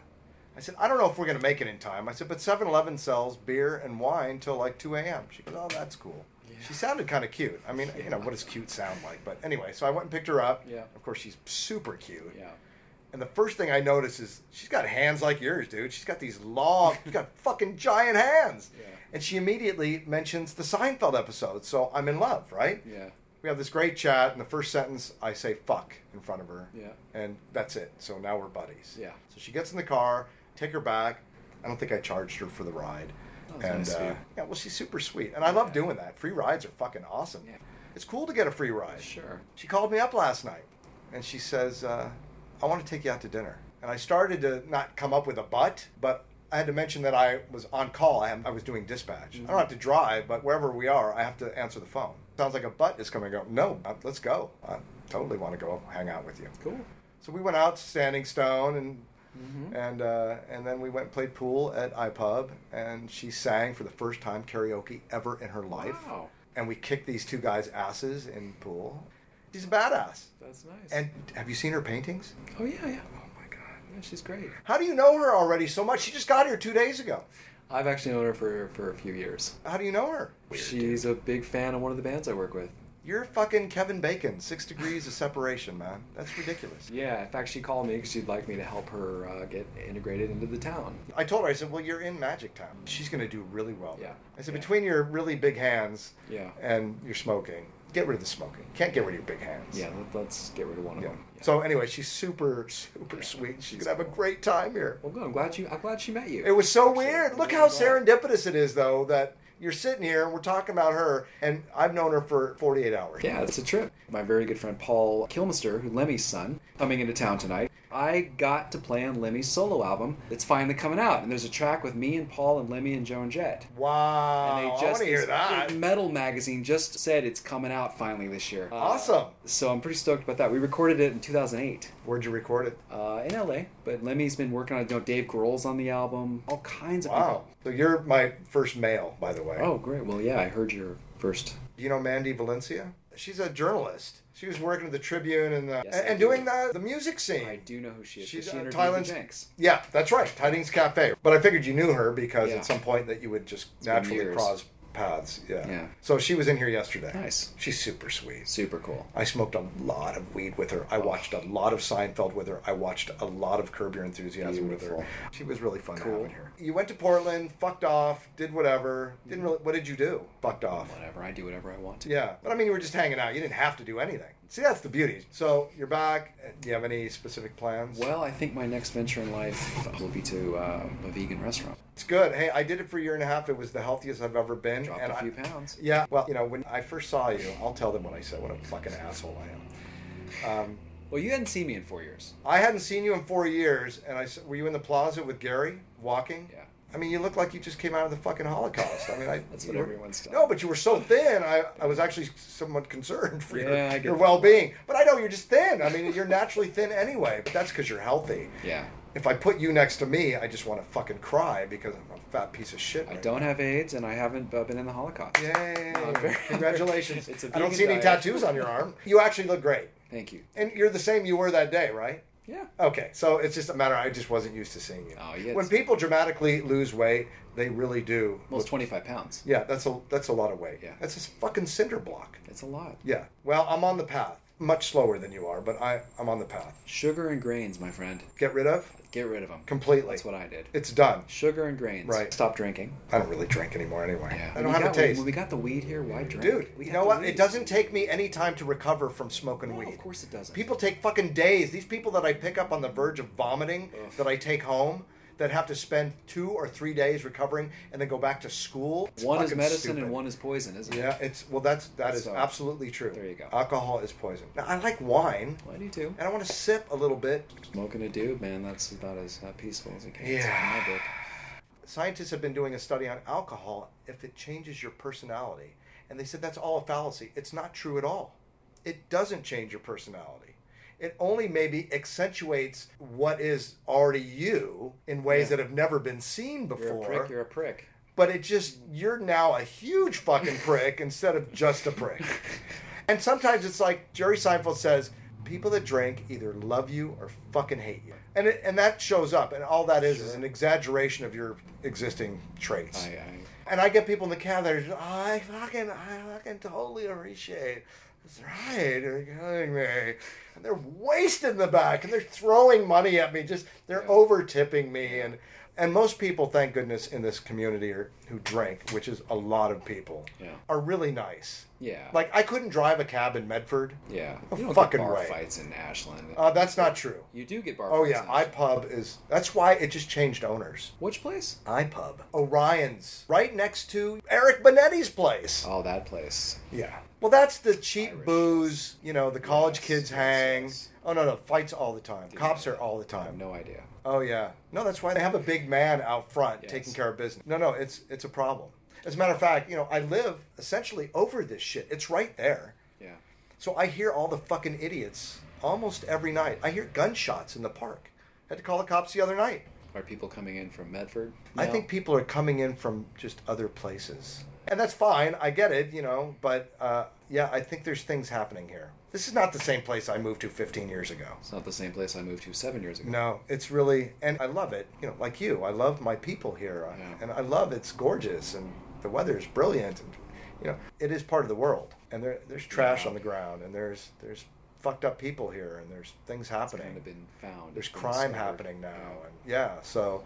[SPEAKER 1] I said, I don't know if we're going to make it in time. I said, but 7 Eleven sells beer and wine till like 2 a.m. She goes, Oh, that's cool. She sounded kind of cute. I mean, you know, what does cute sound like? But anyway, so I went and picked her up.
[SPEAKER 4] Yeah.
[SPEAKER 1] Of course, she's super cute.
[SPEAKER 4] Yeah.
[SPEAKER 1] And the first thing I notice is she's got hands like yours, dude. She's got these long, she's got fucking giant hands.
[SPEAKER 4] Yeah.
[SPEAKER 1] And she immediately mentions the Seinfeld episode. So I'm in love, right?
[SPEAKER 4] Yeah.
[SPEAKER 1] We have this great chat, and the first sentence I say "fuck" in front of her.
[SPEAKER 4] Yeah.
[SPEAKER 1] And that's it. So now we're buddies.
[SPEAKER 4] Yeah.
[SPEAKER 1] So she gets in the car, take her back. I don't think I charged her for the ride.
[SPEAKER 4] That was
[SPEAKER 1] and
[SPEAKER 4] nice of
[SPEAKER 1] uh,
[SPEAKER 4] you.
[SPEAKER 1] yeah, well, she's super sweet, and I love doing that. Free rides are fucking awesome.
[SPEAKER 4] Yeah.
[SPEAKER 1] It's cool to get a free ride.
[SPEAKER 4] Sure.
[SPEAKER 1] She called me up last night and she says, uh, I want to take you out to dinner. And I started to not come up with a but, but I had to mention that I was on call. I, am, I was doing dispatch. I don't have to drive, but wherever we are, I have to answer the phone. Sounds like a but is coming up. No, uh, let's go. I totally want to go hang out with you.
[SPEAKER 4] Cool.
[SPEAKER 1] So we went out to Standing Stone and
[SPEAKER 4] Mm-hmm.
[SPEAKER 1] and uh, and then we went and played pool at iPub and she sang for the first time karaoke ever in her life.
[SPEAKER 4] Wow.
[SPEAKER 1] And we kicked these two guys' asses in pool. She's a badass.
[SPEAKER 4] That's nice.
[SPEAKER 1] And have you seen her paintings?
[SPEAKER 4] oh yeah, yeah. Oh my god, yeah, she's great.
[SPEAKER 1] How do you know her already so much? She just got here two days ago.
[SPEAKER 4] I've actually known her for for a few years.
[SPEAKER 1] How do you know her?
[SPEAKER 4] she's a big fan of one of the bands I work with.
[SPEAKER 1] You're fucking Kevin Bacon. Six degrees of separation, man. That's ridiculous.
[SPEAKER 4] Yeah, in fact, she called me because she'd like me to help her uh, get integrated into the town.
[SPEAKER 1] I told her, I said, well, you're in Magic Town. She's going to do really well.
[SPEAKER 4] Yeah.
[SPEAKER 1] I said,
[SPEAKER 4] Yeah.
[SPEAKER 1] between your really big hands
[SPEAKER 4] Yeah.
[SPEAKER 1] and your smoking, get rid of the smoking. Can't get rid of your big hands.
[SPEAKER 4] Yeah, let, let's get rid of one of
[SPEAKER 1] Yeah.
[SPEAKER 4] them. Yeah.
[SPEAKER 1] So anyway, she's super, super sweet. She's gonna have a great time here.
[SPEAKER 4] well, good. I'm glad you. I'm glad she met you.
[SPEAKER 1] It was so
[SPEAKER 4] Actually,
[SPEAKER 1] weird. Look
[SPEAKER 4] really
[SPEAKER 1] how
[SPEAKER 4] glad.
[SPEAKER 1] serendipitous it is, though, that you're sitting here and we're talking about her, and I've known her for 48 hours.
[SPEAKER 4] Yeah, it's a trip. My very good friend Paul Kilmister, who Lemmy's son, coming into town tonight. I got to play on Lemmy's solo album. It's finally coming out, and there's a track with me and Paul and Lemmy and Joan Jett.
[SPEAKER 1] Wow.
[SPEAKER 4] And they just
[SPEAKER 1] Oh, I want to hear
[SPEAKER 4] this
[SPEAKER 1] that.
[SPEAKER 4] big Metal magazine just said it's coming out finally this year. Uh,
[SPEAKER 1] awesome.
[SPEAKER 4] So I'm pretty stoked about that. We recorded it in 2008
[SPEAKER 1] Where'd you record it?
[SPEAKER 4] uh, in LA, but Lemmy's been working on it. You know, Dave Grohl's on the album. All kinds of
[SPEAKER 1] Wow. So you're my first male, by the way.
[SPEAKER 4] people. Oh, great. Well, yeah, I heard your first.
[SPEAKER 1] Do you know Mandy Valencia? She's a journalist. She was working at the Tribune and the,
[SPEAKER 4] Yes,
[SPEAKER 1] and,
[SPEAKER 4] I
[SPEAKER 1] and
[SPEAKER 4] do.
[SPEAKER 1] doing the, the music scene.
[SPEAKER 4] I do know who she is.
[SPEAKER 1] She's,
[SPEAKER 4] she
[SPEAKER 1] uh,
[SPEAKER 4] interviewed
[SPEAKER 1] Thailand's-
[SPEAKER 4] the Jenks.
[SPEAKER 1] Yeah, that's right. Tidings Cafe. But I figured you knew her because
[SPEAKER 4] Yeah.
[SPEAKER 1] at some point that you would just
[SPEAKER 4] been
[SPEAKER 1] naturally
[SPEAKER 4] years.
[SPEAKER 1] cross paths. Yeah.
[SPEAKER 4] Yeah.
[SPEAKER 1] So she was in here yesterday.
[SPEAKER 4] Nice.
[SPEAKER 1] She's super sweet.
[SPEAKER 4] Super cool.
[SPEAKER 1] I smoked a lot of weed with her. I watched a lot of Seinfeld with her. I watched a lot of Curb Your Enthusiasm with
[SPEAKER 4] Beautiful.
[SPEAKER 1] her. She was really fun to have
[SPEAKER 4] Cool.
[SPEAKER 1] in here. You went to Portland, fucked off, did whatever. Didn't
[SPEAKER 4] Mm-hmm.
[SPEAKER 1] really. What did you do? Fucked off.
[SPEAKER 4] Whatever. I do whatever I want to.
[SPEAKER 1] Yeah, but I mean, you were just hanging out. You didn't have to do anything. See, that's the beauty. So you're back. Uh, Do you have any specific plans?
[SPEAKER 4] Well, I think my next venture in life will be to uh, a vegan restaurant.
[SPEAKER 1] It's good. Hey, I did it for a year and a half. It was the healthiest I've ever been.
[SPEAKER 4] Dropped
[SPEAKER 1] and
[SPEAKER 4] a
[SPEAKER 1] I-
[SPEAKER 4] few pounds.
[SPEAKER 1] Yeah. Well, you know, when I first saw you, I'll tell them what I said. What a fucking asshole I am. Um,
[SPEAKER 4] Well, you hadn't seen me in four years.
[SPEAKER 1] I hadn't seen you in four years, and I s- were you in the plaza with Gary walking?
[SPEAKER 4] Yeah.
[SPEAKER 1] I mean, you look like you just came out of the fucking Holocaust. I mean, I,
[SPEAKER 4] That's what
[SPEAKER 1] you were-
[SPEAKER 4] everyone's done.
[SPEAKER 1] No, but you were so thin. I, I was actually somewhat concerned for your,
[SPEAKER 4] Yeah, I get
[SPEAKER 1] your
[SPEAKER 4] that.
[SPEAKER 1] well being. But I know you're just thin. I mean, you're naturally thin anyway. But that's because you're healthy.
[SPEAKER 4] Yeah.
[SPEAKER 1] If I put you next to me, I just want to fucking cry because I'm a fat piece of shit.
[SPEAKER 4] I
[SPEAKER 1] right
[SPEAKER 4] don't have AIDS, and I haven't uh, been in the Holocaust.
[SPEAKER 1] Yay!
[SPEAKER 4] No, I'm very-
[SPEAKER 1] Congratulations.
[SPEAKER 4] It's a
[SPEAKER 1] I don't
[SPEAKER 4] vegan
[SPEAKER 1] see any
[SPEAKER 4] diet.
[SPEAKER 1] tattoos on your arm. You actually look great.
[SPEAKER 4] Thank you.
[SPEAKER 1] And you're the same you were that day, right?
[SPEAKER 4] Yeah.
[SPEAKER 1] Okay, so it's just a matter. I just wasn't used to seeing you.
[SPEAKER 4] Oh, yes.
[SPEAKER 1] When people dramatically lose weight, they really do.
[SPEAKER 4] Almost 25 pounds.
[SPEAKER 1] Yeah, that's a that's a lot of weight.
[SPEAKER 4] Yeah.
[SPEAKER 1] that's a fucking cinder block.
[SPEAKER 4] That's a lot.
[SPEAKER 1] Yeah. Well, I'm on the path. Much slower than you are, but I I'm on the path.
[SPEAKER 4] Sugar and grains, my friend.
[SPEAKER 1] Get rid of
[SPEAKER 4] Get rid of them.
[SPEAKER 1] completely.
[SPEAKER 4] That's what I did.
[SPEAKER 1] It's done.
[SPEAKER 4] Sugar and grains.
[SPEAKER 1] Right.
[SPEAKER 4] Stop drinking.
[SPEAKER 1] I don't really drink anymore anyway.
[SPEAKER 4] Yeah.
[SPEAKER 1] I don't
[SPEAKER 4] When
[SPEAKER 1] have
[SPEAKER 4] we
[SPEAKER 1] a
[SPEAKER 4] got- when-
[SPEAKER 1] taste.
[SPEAKER 4] When we got the weed here, why drink?
[SPEAKER 1] Dude,
[SPEAKER 4] We
[SPEAKER 1] you
[SPEAKER 4] had
[SPEAKER 1] know
[SPEAKER 4] the
[SPEAKER 1] what?
[SPEAKER 4] weed.
[SPEAKER 1] It doesn't take me any time to recover from smoking
[SPEAKER 4] No,
[SPEAKER 1] weed.
[SPEAKER 4] of course it doesn't.
[SPEAKER 1] People take fucking days. These people that I pick up on the verge of vomiting that I take home that have to spend two or three days recovering and then go back to school. It's
[SPEAKER 4] One is
[SPEAKER 1] fucking
[SPEAKER 4] medicine
[SPEAKER 1] stupid.
[SPEAKER 4] and one is poison, isn't it?
[SPEAKER 1] Yeah, it's well. That's that is
[SPEAKER 4] So,
[SPEAKER 1] absolutely true.
[SPEAKER 4] there you go.
[SPEAKER 1] Alcohol is poison. Now, I like wine,
[SPEAKER 4] Well, I do too.
[SPEAKER 1] and I want to sip a little bit.
[SPEAKER 4] Smoking a dude, man, that's about as uh, peaceful as it gets.
[SPEAKER 1] Yeah.
[SPEAKER 4] In my book.
[SPEAKER 1] Scientists have been doing a study on alcohol if it changes your personality, and they said that's all a fallacy. It's not true at all. It doesn't change your personality. It only maybe accentuates what is already you in ways
[SPEAKER 4] Yeah.
[SPEAKER 1] that have never been seen
[SPEAKER 4] You're
[SPEAKER 1] before.
[SPEAKER 4] a prick, you're a prick.
[SPEAKER 1] but it just you're now a huge fucking prick instead of just a prick. And sometimes it's like Jerry Seinfeld says, people that drink either love you or fucking hate you. And it, and that shows up and all that is is an exaggeration of your existing traits.
[SPEAKER 4] I, I
[SPEAKER 1] And I get people in the cab that are just, I fucking, I fucking totally appreciate. That's right, you're killing me. And they're wasted in the back, and they're throwing money at me. Just they're over tipping me, and and most people, thank goodness, in this community are, who drink, which is a lot of people,
[SPEAKER 4] Yeah.
[SPEAKER 1] are really nice.
[SPEAKER 4] Yeah.
[SPEAKER 1] Like I couldn't drive a cab in Medford.
[SPEAKER 4] yeah.
[SPEAKER 1] No
[SPEAKER 4] you don't
[SPEAKER 1] fucking
[SPEAKER 4] get bar
[SPEAKER 1] way.
[SPEAKER 4] fights in Ashland.
[SPEAKER 1] Uh, that's not true.
[SPEAKER 4] you do get bar
[SPEAKER 1] Oh
[SPEAKER 4] fights.
[SPEAKER 1] yeah,
[SPEAKER 4] in Ashland.
[SPEAKER 1] iPub is. That's why it just changed owners.
[SPEAKER 4] Which place?
[SPEAKER 1] iPub, Orion's, right next to Eric Benetti's place.
[SPEAKER 4] Oh, that place.
[SPEAKER 1] Yeah. Well, that's the cheap booze, you know, the college
[SPEAKER 4] Yes,
[SPEAKER 1] kids
[SPEAKER 4] yes,
[SPEAKER 1] hang.
[SPEAKER 4] yes.
[SPEAKER 1] Oh, no, no, fights all the time. Cops are all the
[SPEAKER 4] I have
[SPEAKER 1] time.
[SPEAKER 4] no idea.
[SPEAKER 1] Oh, yeah. No, that's why they have a big man out front
[SPEAKER 4] Yes.
[SPEAKER 1] taking care of business. No, no, it's it's a problem. As a matter of fact, you know, I live essentially over this shit. It's right there.
[SPEAKER 4] Yeah.
[SPEAKER 1] So I hear all the fucking idiots almost every night. I hear gunshots in the park. had to call the cops the other night.
[SPEAKER 4] Are people coming in from Medford?
[SPEAKER 1] I
[SPEAKER 4] No.
[SPEAKER 1] think people are coming in from just other places. And that's fine. I get it, you know. But uh, yeah, I think there's things happening here. This is not the same place I moved to 15 years ago.
[SPEAKER 4] it's not the same place I moved to seven years ago.
[SPEAKER 1] No, it's really, and I love it. You know, like you, I love my people here, I-
[SPEAKER 4] Yeah.
[SPEAKER 1] and I love it's gorgeous and the weather's brilliant. And you know, it is part of the world. And there, there's trash on the ground, and there's there's fucked up people here, and there's things happening.
[SPEAKER 4] Kind of been found.
[SPEAKER 1] there's
[SPEAKER 4] It's been
[SPEAKER 1] crime
[SPEAKER 4] discovered.
[SPEAKER 1] happening now, and yeah, so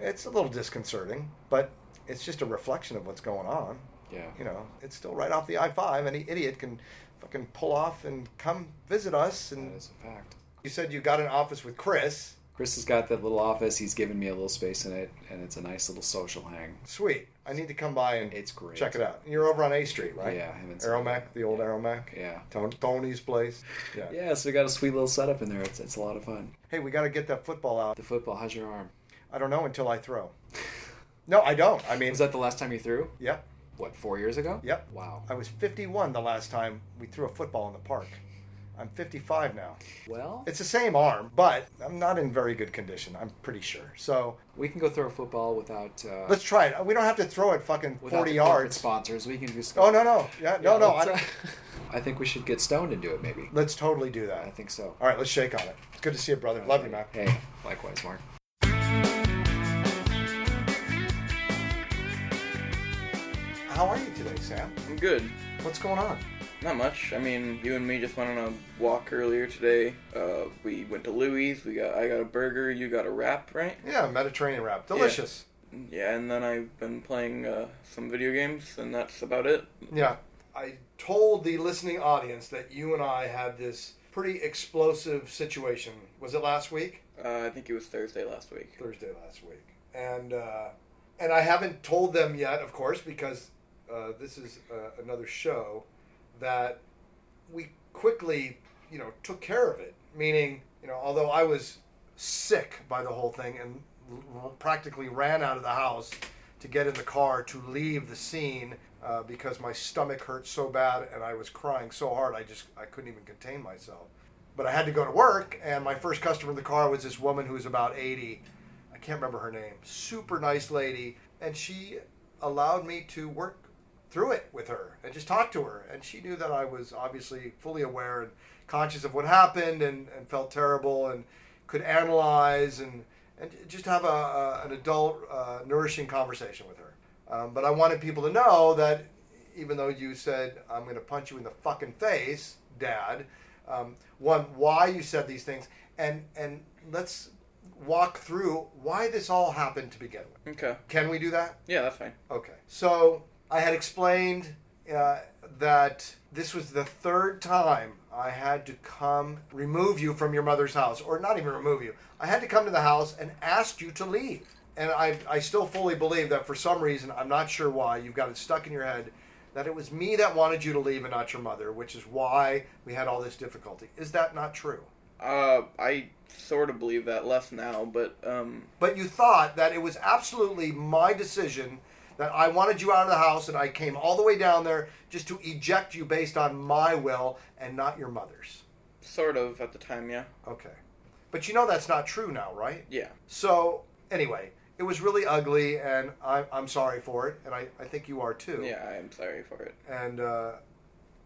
[SPEAKER 1] it's a little disconcerting, but it's just a reflection of what's going on.
[SPEAKER 4] Yeah.
[SPEAKER 1] You know, it's still right off the I five. Any idiot can fucking pull off and come visit us. And
[SPEAKER 4] That is a fact.
[SPEAKER 1] you said you got an office with Chris.
[SPEAKER 4] Chris has got that little office. He's given me a little space in it, and it's a nice little social hang.
[SPEAKER 1] Sweet. I need to come by and
[SPEAKER 4] It's great.
[SPEAKER 1] check it out. And You're over on A Street, right?
[SPEAKER 4] Yeah, I haven't seen
[SPEAKER 1] Aeromac, the old Aeromac.
[SPEAKER 4] Yeah.
[SPEAKER 1] Ton- Tony's place. Yeah.
[SPEAKER 4] Yeah, so we got a sweet little setup in there. It's, it's a lot of fun.
[SPEAKER 1] Hey, we got to get that football out.
[SPEAKER 4] The football, how's your arm?
[SPEAKER 1] I don't know until I throw. No, I don't. I mean,
[SPEAKER 4] Was that the last time you threw?
[SPEAKER 1] yep,
[SPEAKER 4] What, four years ago?
[SPEAKER 1] yep. Uh,
[SPEAKER 4] Wow.
[SPEAKER 1] I was 51 the last time we threw a football in the park. I'm 55 now.
[SPEAKER 4] Well,
[SPEAKER 1] It's the same arm, but I'm not in very good condition. I'm pretty sure. So
[SPEAKER 4] we can go throw a football without. Uh,
[SPEAKER 1] let's try it. We don't have to throw it fucking
[SPEAKER 4] without
[SPEAKER 1] 40
[SPEAKER 4] the corporate
[SPEAKER 1] yards.
[SPEAKER 4] Sponsors, we can just.
[SPEAKER 1] Oh no no yeah no
[SPEAKER 4] Yeah,
[SPEAKER 1] no.
[SPEAKER 4] let's,
[SPEAKER 1] I,
[SPEAKER 4] uh, I think we should get stoned and do it, maybe.
[SPEAKER 1] let's totally do that.
[SPEAKER 4] I think so.
[SPEAKER 1] All right, let's shake on it. It's good to see you, brother. Love you, man.
[SPEAKER 4] Hey, likewise, Mark.
[SPEAKER 1] How are you today, Sam?
[SPEAKER 6] I'm good.
[SPEAKER 1] What's going on?
[SPEAKER 6] Not much. I mean, you and me just went on a walk earlier today. Uh, we went to Louis. We got I got a burger. You got a wrap, right?
[SPEAKER 1] Yeah, Mediterranean wrap. Delicious.
[SPEAKER 6] Yeah, and then I've been playing uh, some video games, and that's about it.
[SPEAKER 1] Yeah. I told the listening audience that you and I had this pretty explosive situation. Was it last week?
[SPEAKER 6] Uh, I think it was Thursday last week.
[SPEAKER 1] Thursday last week. And uh, and I haven't told them yet, of course, because uh, this is uh, another show that we quickly, you know, took care of it. Meaning, you know, although I was sick by the whole thing and r- practically ran out of the house to get in the car to leave the scene uh, because my stomach hurt so bad and I was crying so hard I just I couldn't even contain myself. But I had to go to work, and my first customer in the car was this woman who was about 80. I can't remember her name. Super nice lady, and she allowed me to work through it with her and just talked to her. And she knew that I was obviously fully aware and conscious of what happened and, and felt terrible and could analyze and, and just have a, a, an adult, uh, nourishing conversation with her. Um, but I wanted people to know that even though you said, I'm going to punch you in the fucking face, Dad, um, one, why you said these things, and, and let's walk through why this all happened to begin with.
[SPEAKER 6] Okay.
[SPEAKER 1] Can we do that?
[SPEAKER 6] Yeah, that's fine.
[SPEAKER 1] Okay. So I had explained uh, that this was the third time I had to come remove you from your mother's house, or not even remove you. I had to come to the house and ask you to leave. And I, I still fully believe that for some reason, I'm not sure why, you've got it stuck in your head that it was me that wanted you to leave and not your mother, which is why we had all this difficulty. Is that not true?
[SPEAKER 6] Uh, I sort of believe that less now, but um,
[SPEAKER 1] but you thought that it was absolutely my decision that I wanted you out of the house and I came all the way down there just to eject you based on my will and not your mother's.
[SPEAKER 6] sort of at the time, yeah.
[SPEAKER 1] Okay. But you know that's not true now, right?
[SPEAKER 6] Yeah.
[SPEAKER 1] So, anyway, it was really ugly and I, I'm sorry for it and I, I think you are too
[SPEAKER 6] Yeah, I am sorry for it.
[SPEAKER 1] and uh,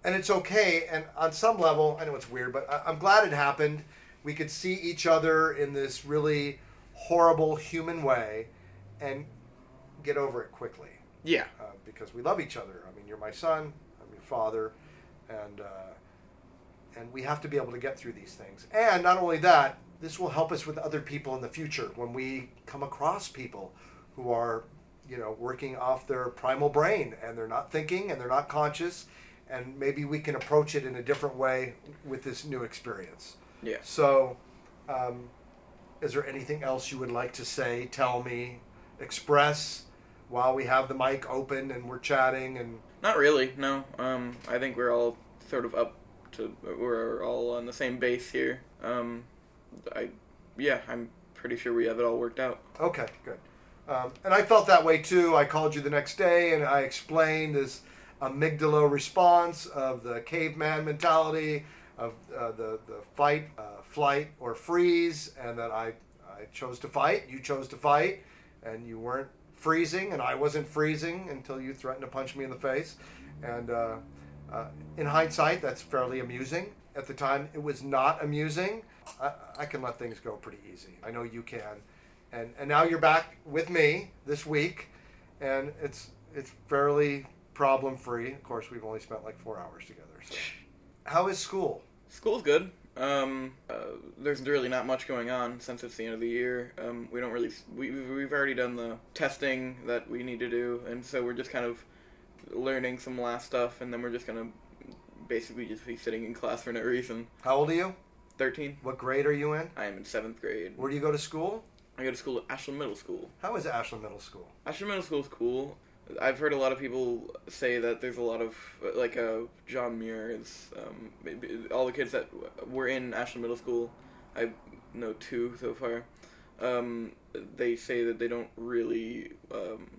[SPEAKER 1] and it's okay. And on some level, I know it's weird, but I, I'm glad it happened. We could see each other in this really horrible human way, and get over it quickly
[SPEAKER 6] Yeah.
[SPEAKER 1] uh, because we love each other. I mean, you're my son, I'm your father, and uh, and we have to be able to get through these things. And not only that, this will help us with other people in the future when we come across people who are, you know, working off their primal brain and they're not thinking and they're not conscious, and maybe we can approach it in a different way with this new experience.
[SPEAKER 6] Yeah.
[SPEAKER 1] So, um, is there anything else you would like to say, tell me, express while we have the mic open and we're chatting? And
[SPEAKER 6] Not really. No. Um, I think we're all sort of up to. We're all on the same base here. Um, I, yeah, I'm pretty sure we have it all worked out.
[SPEAKER 1] Okay, good. Um, and I felt that way too. I called you the next day and I explained this amygdala response of the caveman mentality of uh, the, the fight, uh, flight, or freeze, and that I, I chose to fight, you chose to fight, and you weren't freezing, and I wasn't freezing until you threatened to punch me in the face. And uh, uh, in hindsight, that's fairly amusing. At the time, it was not amusing. I, I can let things go pretty easy. I know you can, and and now you're back with me this week, and it's it's fairly problem free. Of course, we've only spent like four hours together. So, how is school?
[SPEAKER 6] School's good. Um, uh, there's really not much going on since it's the end of the year. Um, we don't really we we've we've already done the testing that we need to do, and so we're just kind of learning some last stuff, and then we're just gonna basically just be sitting in class for no reason.
[SPEAKER 1] How old are you?
[SPEAKER 6] Thirteen.
[SPEAKER 1] What grade are you in?
[SPEAKER 6] I am in seventh grade.
[SPEAKER 1] Where do you go to school?
[SPEAKER 6] I go to school at Ashland Middle School.
[SPEAKER 1] How is Ashland Middle School?
[SPEAKER 6] Ashland Middle School is cool. I've heard a lot of people say that there's a lot of like uh, John Muir is um, maybe- all the kids that were in Ashland Middle School. I know two so far. Um, they say that they don't really um,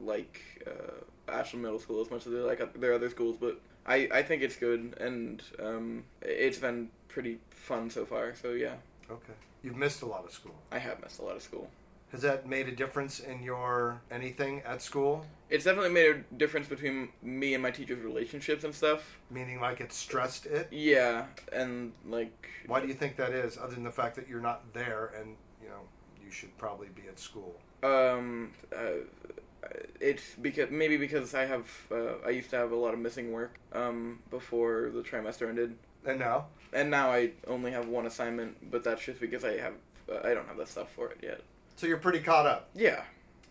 [SPEAKER 6] like uh, Ashland Middle School as much as they like their other schools, but I, I think it's good and um, it's been pretty fun so far. So yeah,
[SPEAKER 1] Okay, you've missed a lot of school.
[SPEAKER 6] I have missed a lot of school.
[SPEAKER 1] Has that made a difference in your anything at school?
[SPEAKER 6] It's definitely made a difference between me and my teachers' relationships and stuff.
[SPEAKER 1] Meaning, like it stressed it.
[SPEAKER 6] Yeah, and like
[SPEAKER 1] Why do you think that is? Other than the fact that you're not there, and you know you should probably be at school.
[SPEAKER 6] um, uh, it's because maybe because I have uh, I used to have a lot of missing work um before the trimester ended,
[SPEAKER 1] And now,
[SPEAKER 6] and now I only have one assignment, but that's just because I have uh, I don't have the stuff for it yet.
[SPEAKER 1] so you're pretty caught up.
[SPEAKER 6] Yeah,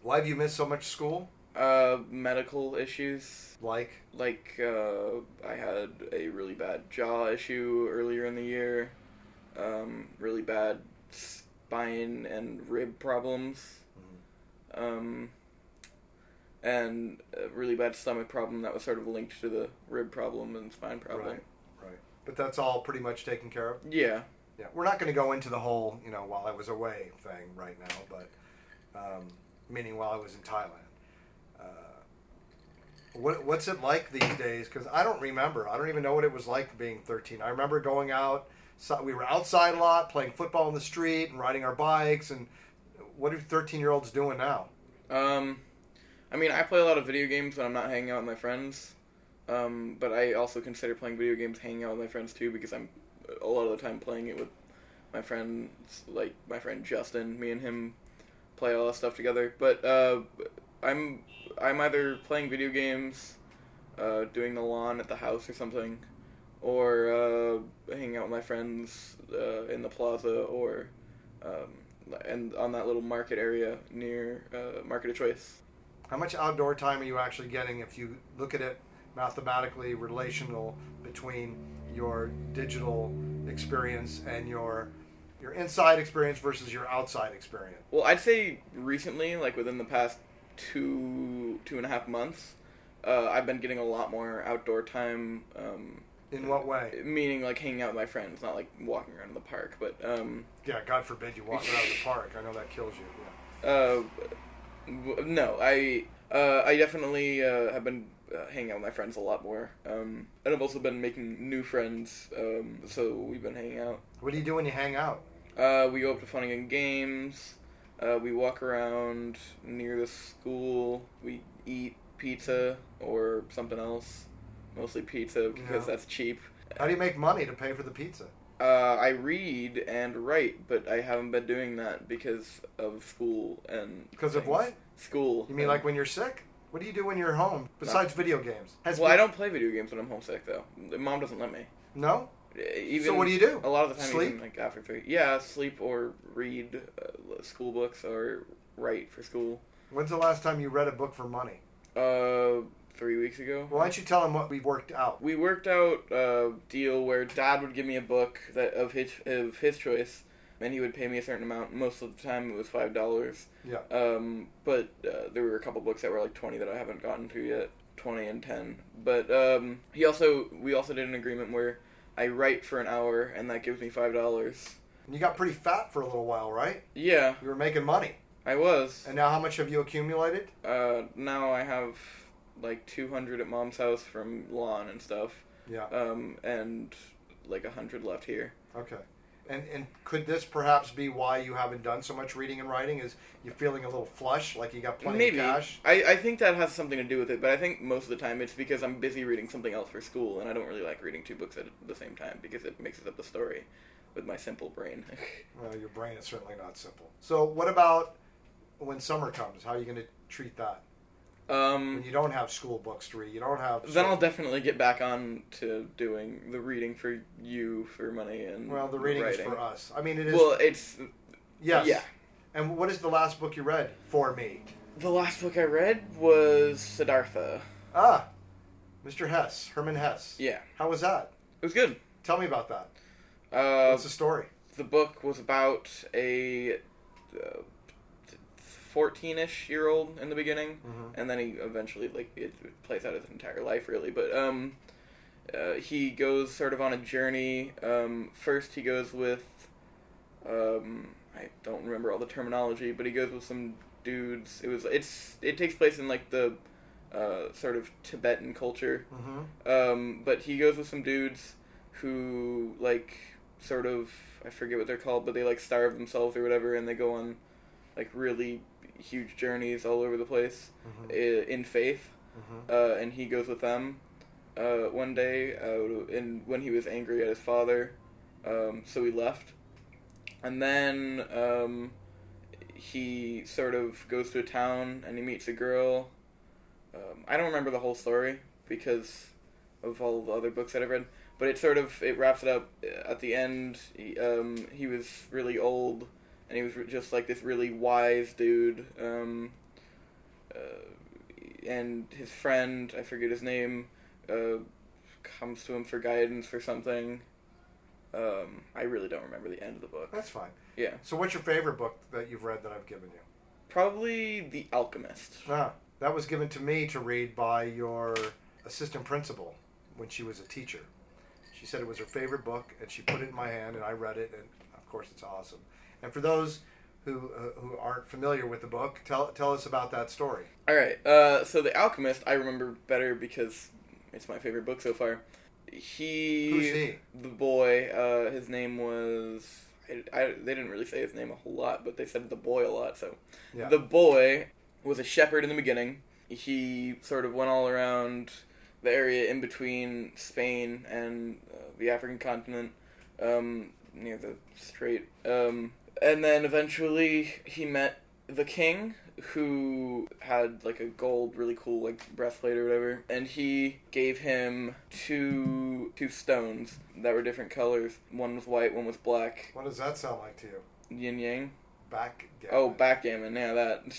[SPEAKER 1] Why have you missed so much school?
[SPEAKER 6] uh, medical issues.
[SPEAKER 1] Like,
[SPEAKER 6] Like uh, I had a really bad jaw issue earlier in the year, um, really bad spine and rib problems. um, and a really bad stomach problem that was sort of linked to the rib problem and spine problem.
[SPEAKER 1] Right. right? But that's all pretty much taken care of.
[SPEAKER 6] Yeah,
[SPEAKER 1] Yeah, we're not going to go into the whole you know while I was away thing right now, but um, meaning while I was in Thailand. Uh, what, what's it like these days? Because I don't remember. I don't even know what it was like being 13. I remember going out. So we were outside a lot, playing football in the street and riding our bikes. And what are 13 year olds doing now?
[SPEAKER 6] Um, I mean, I play a lot of video games when I'm not hanging out with my friends. Um, but I also consider playing video games hanging out with my friends too because I'm a lot of the time playing it with my friends, like my friend Justin. Me and him play all that stuff together. But uh, I'm I'm either playing video games, uh, doing the lawn at the house or something, or uh, hanging out with my friends uh, in the plaza or um, and on that little market area near uh, Market of Choice.
[SPEAKER 1] How much outdoor time are you actually getting if you look at it mathematically relational between your digital experience and your your inside experience versus your outside experience?
[SPEAKER 6] Well, I'd say recently, like within the past two two and a half months, uh, I've been getting a lot more outdoor time. Um,
[SPEAKER 1] In what way?
[SPEAKER 6] meaning like hanging out with my friends, not like walking around in the park, but um,
[SPEAKER 1] Yeah, God forbid you walk out of the park. I know that kills you. Yeah.
[SPEAKER 6] uh, w- no, I uh, I definitely uh, have been uh, hanging out with my friends a lot more, um, and I've also been making new friends. Um, so we've been hanging out.
[SPEAKER 1] What do you do when you hang out?
[SPEAKER 6] Uh, we go up to Funnigan Games. Uh, we walk around near the school. We eat pizza or something else, mostly pizza because
[SPEAKER 1] Yeah.
[SPEAKER 6] that's cheap.
[SPEAKER 1] How do you make money to pay for the pizza?
[SPEAKER 6] Uh, I read and write, but I haven't been doing that because of school and
[SPEAKER 1] Because of
[SPEAKER 6] things.
[SPEAKER 1] what?
[SPEAKER 6] School.
[SPEAKER 1] You mean
[SPEAKER 6] and-
[SPEAKER 1] like when you're sick? What do you do when you're home besides video games? Has
[SPEAKER 6] Uh, Well, I don't play video games when I'm homesick though. Mom doesn't let me. E,
[SPEAKER 1] No.
[SPEAKER 6] Even
[SPEAKER 1] what do you do?
[SPEAKER 6] A lot of the time,
[SPEAKER 1] Sleep?
[SPEAKER 6] even like after three. Yeah, sleep or read uh, school books or write for school.
[SPEAKER 1] When's the last time you read a book for money?
[SPEAKER 6] Uh, three weeks ago.
[SPEAKER 1] Why don't you tell them what we worked out?
[SPEAKER 6] We worked out a deal where Dad would give me a book that of his of his choice, and he would pay me a certain amount. Most of the time, it was five dollars.
[SPEAKER 1] Yeah.
[SPEAKER 6] Um, but uh, there were a couple books that were like twenty that I haven't gotten to yet. twenty and ten. But um, he also we also did an agreement where I write for an hour and that gives me five dollars.
[SPEAKER 1] And you got pretty fat for a little while, right?
[SPEAKER 6] Yeah,
[SPEAKER 1] You were making money.
[SPEAKER 6] I was.
[SPEAKER 1] And now, how much have you accumulated?
[SPEAKER 6] Uh, now I have like two hundred at mom's house from lawn and stuff,
[SPEAKER 1] Yeah.
[SPEAKER 6] um, and like a hundred left here.
[SPEAKER 1] Uh, Okay. And and could this perhaps be why you haven't done so much reading and writing? Is you're feeling a little flush, like you got plenty
[SPEAKER 6] Maybe
[SPEAKER 1] of cash?
[SPEAKER 6] I, I think that has something to do with it, but I think most of the time it's because I'm busy reading something else for school, and I don't really like reading two books at the same time because it mixes up the story with my simple brain.
[SPEAKER 1] Well, your brain is certainly not simple. So, what about when summer comes? How are you going to treat that? When
[SPEAKER 6] um,
[SPEAKER 1] you don't have school books to read, you don't have.
[SPEAKER 6] then I'll definitely get back on to doing the reading for you for money and
[SPEAKER 1] well, the reading is
[SPEAKER 6] writing.
[SPEAKER 1] for us. I mean, it is.
[SPEAKER 6] Well, it's
[SPEAKER 1] yes.
[SPEAKER 6] yeah.
[SPEAKER 1] And what is the last book you read for me?
[SPEAKER 6] the last book I read was Siddhartha.
[SPEAKER 1] Ah, Mr. Hess, Herman Hess.
[SPEAKER 6] Yeah,
[SPEAKER 1] How was that?
[SPEAKER 6] it was good.
[SPEAKER 1] Tell me about that.
[SPEAKER 6] Uh,
[SPEAKER 1] What's the story?
[SPEAKER 6] the book was about a uh, fourteen-ish year old in the beginning, and then he eventually like it plays out his entire life really. But um, uh, he goes sort of on a journey. Um, first, he goes with um, I don't remember all the terminology, but he goes with some dudes. It was it's it takes place in like the uh, sort of Tibetan culture.
[SPEAKER 1] Mm-hmm.
[SPEAKER 6] Um, but he goes with some dudes who like sort of I forget what they're called, but they like starve themselves or whatever, and they go on like really huge journeys all over the place i in faith. Uh, and he goes with them uh, one day, uh, and when he was angry at his father, um, so he left. And then um, he sort of goes to a town and he meets a girl. Um, I don't remember the whole story because of all the other books that I've read, but it sort of it wraps it up uh, at the end. He, um, he was really old, and he was re- just like this really wise dude. Um, uh, and his friend, I forget his name, uh, comes to him for guidance or something. Um, I really don't remember the end of the book.
[SPEAKER 1] That's fine.
[SPEAKER 6] Yeah,
[SPEAKER 1] So, what's your favorite book that you've read that I've given you?
[SPEAKER 6] probably The Alchemist.
[SPEAKER 1] Ah, that was given to me to read by your assistant principal when she was a teacher. She said it was her favorite book, and she put it in my hand, and I read it, and of course, it's awesome. And for those who uh, who aren't familiar with the book, tell tell us about that story.
[SPEAKER 6] All right. Uh, so the Alchemist, I remember better because it's my favorite book so far. He,
[SPEAKER 1] Who's he?
[SPEAKER 6] the boy. Uh, his name was. I, I- they didn't really say his name a whole lot, but they said the boy a lot. So
[SPEAKER 1] Yeah.
[SPEAKER 6] the boy was a shepherd in the beginning. He sort of went all around the area in between Spain and uh, the African continent, um, near the strait. Um, and then eventually he met the king, who had like a gold, really cool like breastplate or whatever, and he gave him two two stones that were different colors. One was white, one was black.
[SPEAKER 1] What does that sound like to you?
[SPEAKER 6] Yin yang.
[SPEAKER 1] Back.
[SPEAKER 6] Oh, backgammon. Yeah, that.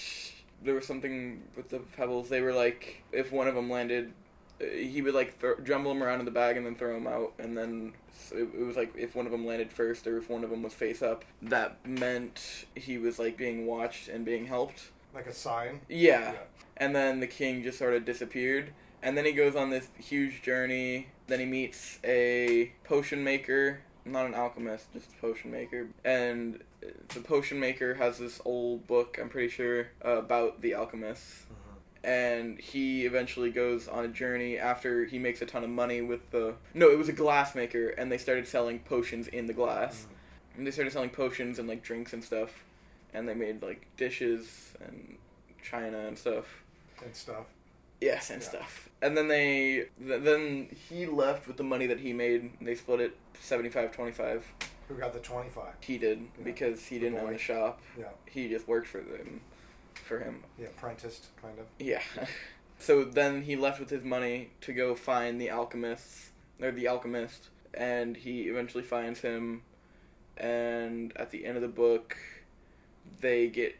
[SPEAKER 6] There was something with the pebbles. They were like, if one of them landed, uh, he would like throw jumble them around in the bag and then throw them out. And then so it, it was like if one of them landed first or if one of them was face up, that meant he was like being watched and being helped.
[SPEAKER 1] like a sign.
[SPEAKER 6] Yeah.
[SPEAKER 1] Yeah.
[SPEAKER 6] And then the king just sort of disappeared. And then he goes on this huge journey. Then he meets a potion maker, not an alchemist, just a potion maker. And the potion maker has this old book, I'm pretty sure, uh, about the alchemists. And he eventually goes on a journey after he makes a ton of money with the. No, it was a glass maker, and they started selling potions in the glass. And they started selling potions and like drinks and stuff. And they made like dishes and China and stuff.
[SPEAKER 1] and stuff.
[SPEAKER 6] Yes, and stuff. And then they, th- then he left with the money that he made. And they split it 75-25.
[SPEAKER 1] Who got the twenty five?
[SPEAKER 6] He did
[SPEAKER 1] Yeah.
[SPEAKER 6] because he didn't own
[SPEAKER 1] boy.
[SPEAKER 6] the shop.
[SPEAKER 1] Yeah,
[SPEAKER 6] He just worked for them, for him.
[SPEAKER 1] yeah, apprenticed kind of.
[SPEAKER 6] Yeah. so then he left with his money to go find the alchemists or the alchemist, and he eventually finds him. And at the end of the book, they get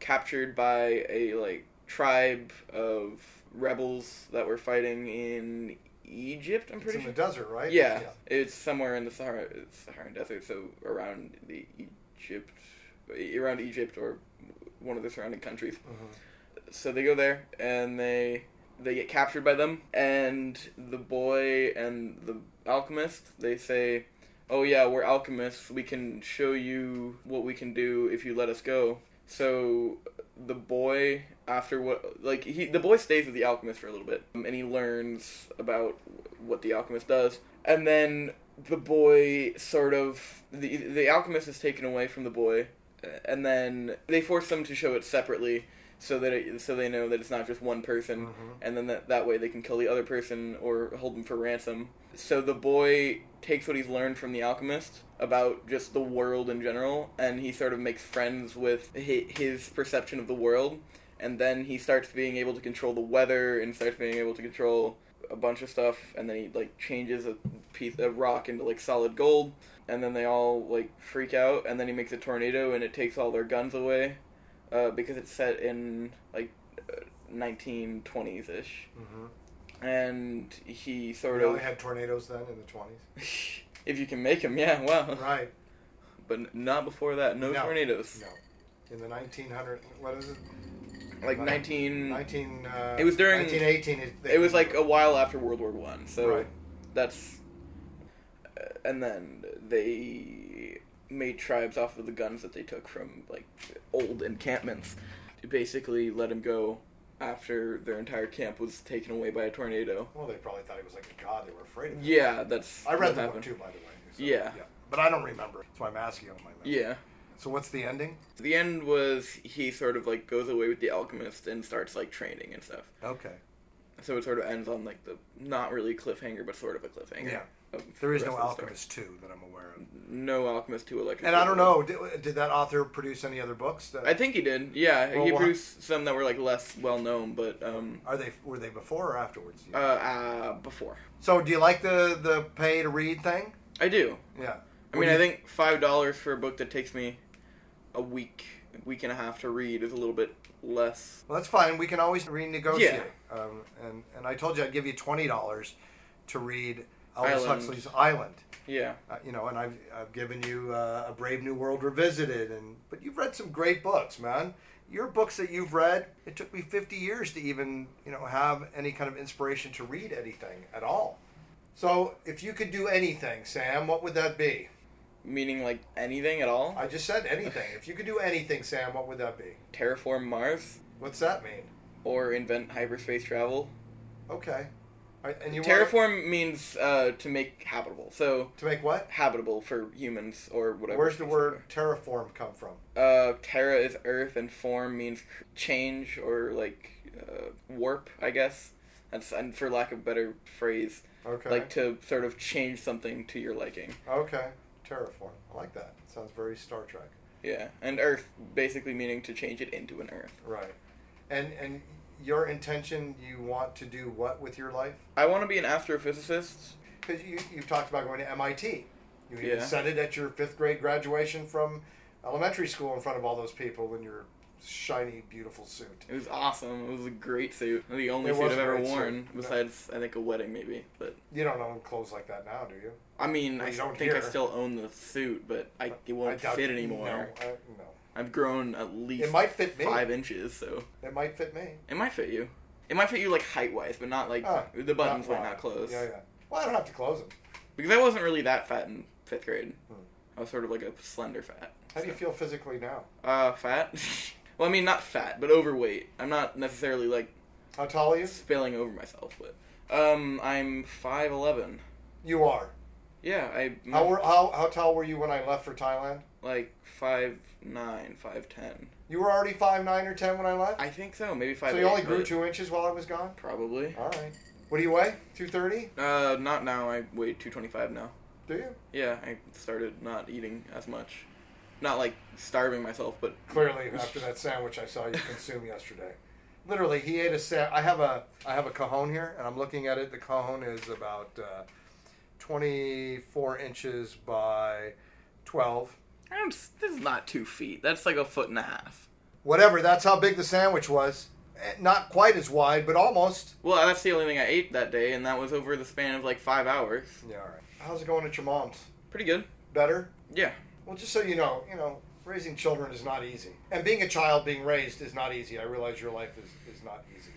[SPEAKER 6] captured by a like tribe of rebels that were fighting in Egypt. I'm
[SPEAKER 1] It's
[SPEAKER 6] pretty
[SPEAKER 1] in the
[SPEAKER 6] sure.
[SPEAKER 1] desert, right?
[SPEAKER 6] Yeah, it's somewhere in the Sahara, Saharan desert, so around the Egypt, around Egypt or one of the surrounding countries. So they go there and they They get captured by them, and the boy and the alchemist they say, "Oh yeah, we're alchemists. We can show you what we can do if you let us go." So the boy after what like he the boy stays with the alchemist for a little bit um, and he learns about what the alchemist does and then the boy sort of the the alchemist is taken away from the boy and then they force them to show it separately so that it, so they know that it's not just one person and then that, that way they can kill the other person or hold them for ransom so the boy takes what he's learned from the alchemist about just the world in general and he sort of makes friends with hi- his perception of the world and then he starts being able to control the weather and starts being able to control a bunch of stuff and then he like changes a piece a rock into like solid gold and then they all like freak out and then he makes a tornado and it takes all their guns away uh, because it's set in like uh, 1920s ish
[SPEAKER 1] Mm-hmm.
[SPEAKER 6] and he sort
[SPEAKER 1] We only
[SPEAKER 6] of
[SPEAKER 1] had tornadoes then in the twenties,
[SPEAKER 6] if you can make him yeah wow
[SPEAKER 1] right?
[SPEAKER 6] but n- not before that no,
[SPEAKER 1] No.
[SPEAKER 6] tornadoes
[SPEAKER 1] No, in the nineteen hundred. What is it?
[SPEAKER 6] like
[SPEAKER 1] Wow.
[SPEAKER 6] 19
[SPEAKER 1] Nineteen. Uh,
[SPEAKER 6] Hmm. It was during-
[SPEAKER 1] nineteen eighteen. It,
[SPEAKER 6] it was like a while after world war one so
[SPEAKER 1] Right.
[SPEAKER 6] that's uh, and then they made tribes off of the guns that they took from like old encampments to basically let him go after their entire camp was taken away by a tornado
[SPEAKER 1] Well, they probably thought he was like a god. They were afraid of him.
[SPEAKER 6] yeah that's
[SPEAKER 1] I read
[SPEAKER 6] what
[SPEAKER 1] the book
[SPEAKER 6] happened.
[SPEAKER 1] too, by the way. so,
[SPEAKER 6] Yeah.
[SPEAKER 1] But I don't remember. That's why I'm asking you on my memory.
[SPEAKER 6] yeah
[SPEAKER 1] So what's the ending?
[SPEAKER 6] the end was he sort of like goes away with the alchemist and starts like training and stuff
[SPEAKER 1] Okay.
[SPEAKER 6] so it sort of ends on like the not really cliffhanger but sort of a cliffhanger
[SPEAKER 1] Yeah.
[SPEAKER 6] of
[SPEAKER 1] There is
[SPEAKER 6] the
[SPEAKER 1] no
[SPEAKER 6] Oh, rest of the story. Mm-hmm.
[SPEAKER 1] Alchemist two that I'm aware of.
[SPEAKER 6] no alchemist to electric
[SPEAKER 1] And I don't
[SPEAKER 6] Boogaloo.
[SPEAKER 1] know. Did, did that author produce any other books? That,
[SPEAKER 6] I think he did. Yeah,
[SPEAKER 1] Well,
[SPEAKER 6] he
[SPEAKER 1] wha-
[SPEAKER 6] produced some that were like less well known, but um,
[SPEAKER 1] Are they were they before or afterwards?
[SPEAKER 6] uh, uh, before
[SPEAKER 1] So do you like the the pay to read thing?
[SPEAKER 6] I do.
[SPEAKER 1] Yeah.
[SPEAKER 6] I
[SPEAKER 1] What do
[SPEAKER 6] mean, I
[SPEAKER 1] you-
[SPEAKER 6] think five dollars for a book that takes me a week, week and a half to read is a little bit less.
[SPEAKER 1] Well, that's fine. We can always renegotiate.
[SPEAKER 6] Yeah.
[SPEAKER 1] Um, and and I told you I'd give you twenty dollars to read Aldous
[SPEAKER 6] Island.
[SPEAKER 1] Huxley's Island.
[SPEAKER 6] Yeah,
[SPEAKER 1] Uh, you know, and I've I've given you uh, a Brave New World revisited, and but you've read some great books, man. Your books that you've read, it took me fifty years to even you know have any kind of inspiration to read anything at all. So if you could do anything, Sam, what would that be?
[SPEAKER 6] meaning like anything at all.
[SPEAKER 1] I just said anything. If you could do anything, Sam, what would that be?
[SPEAKER 6] Terraform Mars
[SPEAKER 1] What's that mean?
[SPEAKER 6] or invent hyperspace travel.
[SPEAKER 1] Okay. All right, and you want
[SPEAKER 6] Terraform means uh, to make habitable. So
[SPEAKER 1] to make what?
[SPEAKER 6] habitable for humans or whatever.
[SPEAKER 1] Where's the word terraform come from?
[SPEAKER 6] uh, Terra is Earth, and form means cr- change or like uh, warp, I guess. That's and for lack of better phrase,
[SPEAKER 1] Okay.
[SPEAKER 6] like to sort of change something to your liking.
[SPEAKER 1] okay. Terraform. I like that. Sounds very Star Trek.
[SPEAKER 6] Yeah, and Earth basically meaning to change it into an Earth.
[SPEAKER 1] Right. And and your intention, you want to do what with your life?
[SPEAKER 6] I want to be an astrophysicist.
[SPEAKER 1] Because you you've talked about going to MIT. You even
[SPEAKER 6] Yeah.
[SPEAKER 1] said it at your fifth grade graduation from elementary school in front of all those people in your shiny, beautiful suit.
[SPEAKER 6] It was awesome. It was a great suit. The only
[SPEAKER 1] It
[SPEAKER 6] suit
[SPEAKER 1] was
[SPEAKER 6] I've
[SPEAKER 1] a
[SPEAKER 6] ever
[SPEAKER 1] great suit.
[SPEAKER 6] worn,
[SPEAKER 1] No.
[SPEAKER 6] besides I think a wedding maybe. But
[SPEAKER 1] You don't own clothes like that now, do you?
[SPEAKER 6] I mean,
[SPEAKER 1] Well,
[SPEAKER 6] I
[SPEAKER 1] you don't
[SPEAKER 6] think I
[SPEAKER 1] here.
[SPEAKER 6] still own the suit, but I it
[SPEAKER 1] I
[SPEAKER 6] won't
[SPEAKER 1] doubt-
[SPEAKER 6] fit anymore.
[SPEAKER 1] No, I, no.
[SPEAKER 6] I've grown at least
[SPEAKER 1] It might fit me.
[SPEAKER 6] five inches, so.
[SPEAKER 1] It might fit me.
[SPEAKER 6] It might fit you. It might fit you like height wise, but not like
[SPEAKER 1] Ah,
[SPEAKER 6] the buttons might
[SPEAKER 1] wide.
[SPEAKER 6] not close.
[SPEAKER 1] Yeah, yeah. Well, I don't have to close them.
[SPEAKER 6] Because I wasn't really that fat in fifth grade.
[SPEAKER 1] Hmm.
[SPEAKER 6] I was sort of like a slender fat.
[SPEAKER 1] How do you feel physically now?
[SPEAKER 6] Uh, fat? well, I mean not fat, but overweight. I'm not necessarily like
[SPEAKER 1] How tall are you?
[SPEAKER 6] spilling over myself, but um, I'm five eleven.
[SPEAKER 1] You are.
[SPEAKER 6] Yeah, I
[SPEAKER 1] How, were, how, how tall were you when I left for Thailand?
[SPEAKER 6] like five nine, five ten.
[SPEAKER 1] You were already five nine or 10 when I left?
[SPEAKER 6] I think so, maybe five.
[SPEAKER 1] so you only grew two inches while I was gone?
[SPEAKER 6] Probably.
[SPEAKER 1] All right. What do you weigh? 230?
[SPEAKER 6] Uh, not now. I weigh two twenty five now.
[SPEAKER 1] Do you?
[SPEAKER 6] Yeah, I started not eating as much. Not like starving myself, but
[SPEAKER 1] Clearly, after that sandwich I saw you consume yesterday. Literally, he ate a sa- I have a I have a cajon here, and I'm looking at it. The cajon is about uh, 24 inches by 12.
[SPEAKER 6] I'm s this is not two feet. That's like a foot and a half.
[SPEAKER 1] Whatever. That's how big the sandwich was. Eh, Not quite as wide, but almost.
[SPEAKER 6] Well, that's the only thing I ate that day, and that was over the span of like five hours.
[SPEAKER 1] Yeah. All right. How's it going at your mom's?
[SPEAKER 6] Pretty good.
[SPEAKER 1] Better.
[SPEAKER 6] Yeah.
[SPEAKER 1] Well, just so you know, you know, raising children is not easy, and being a child being raised is not easy. I realize your life is, is not easy,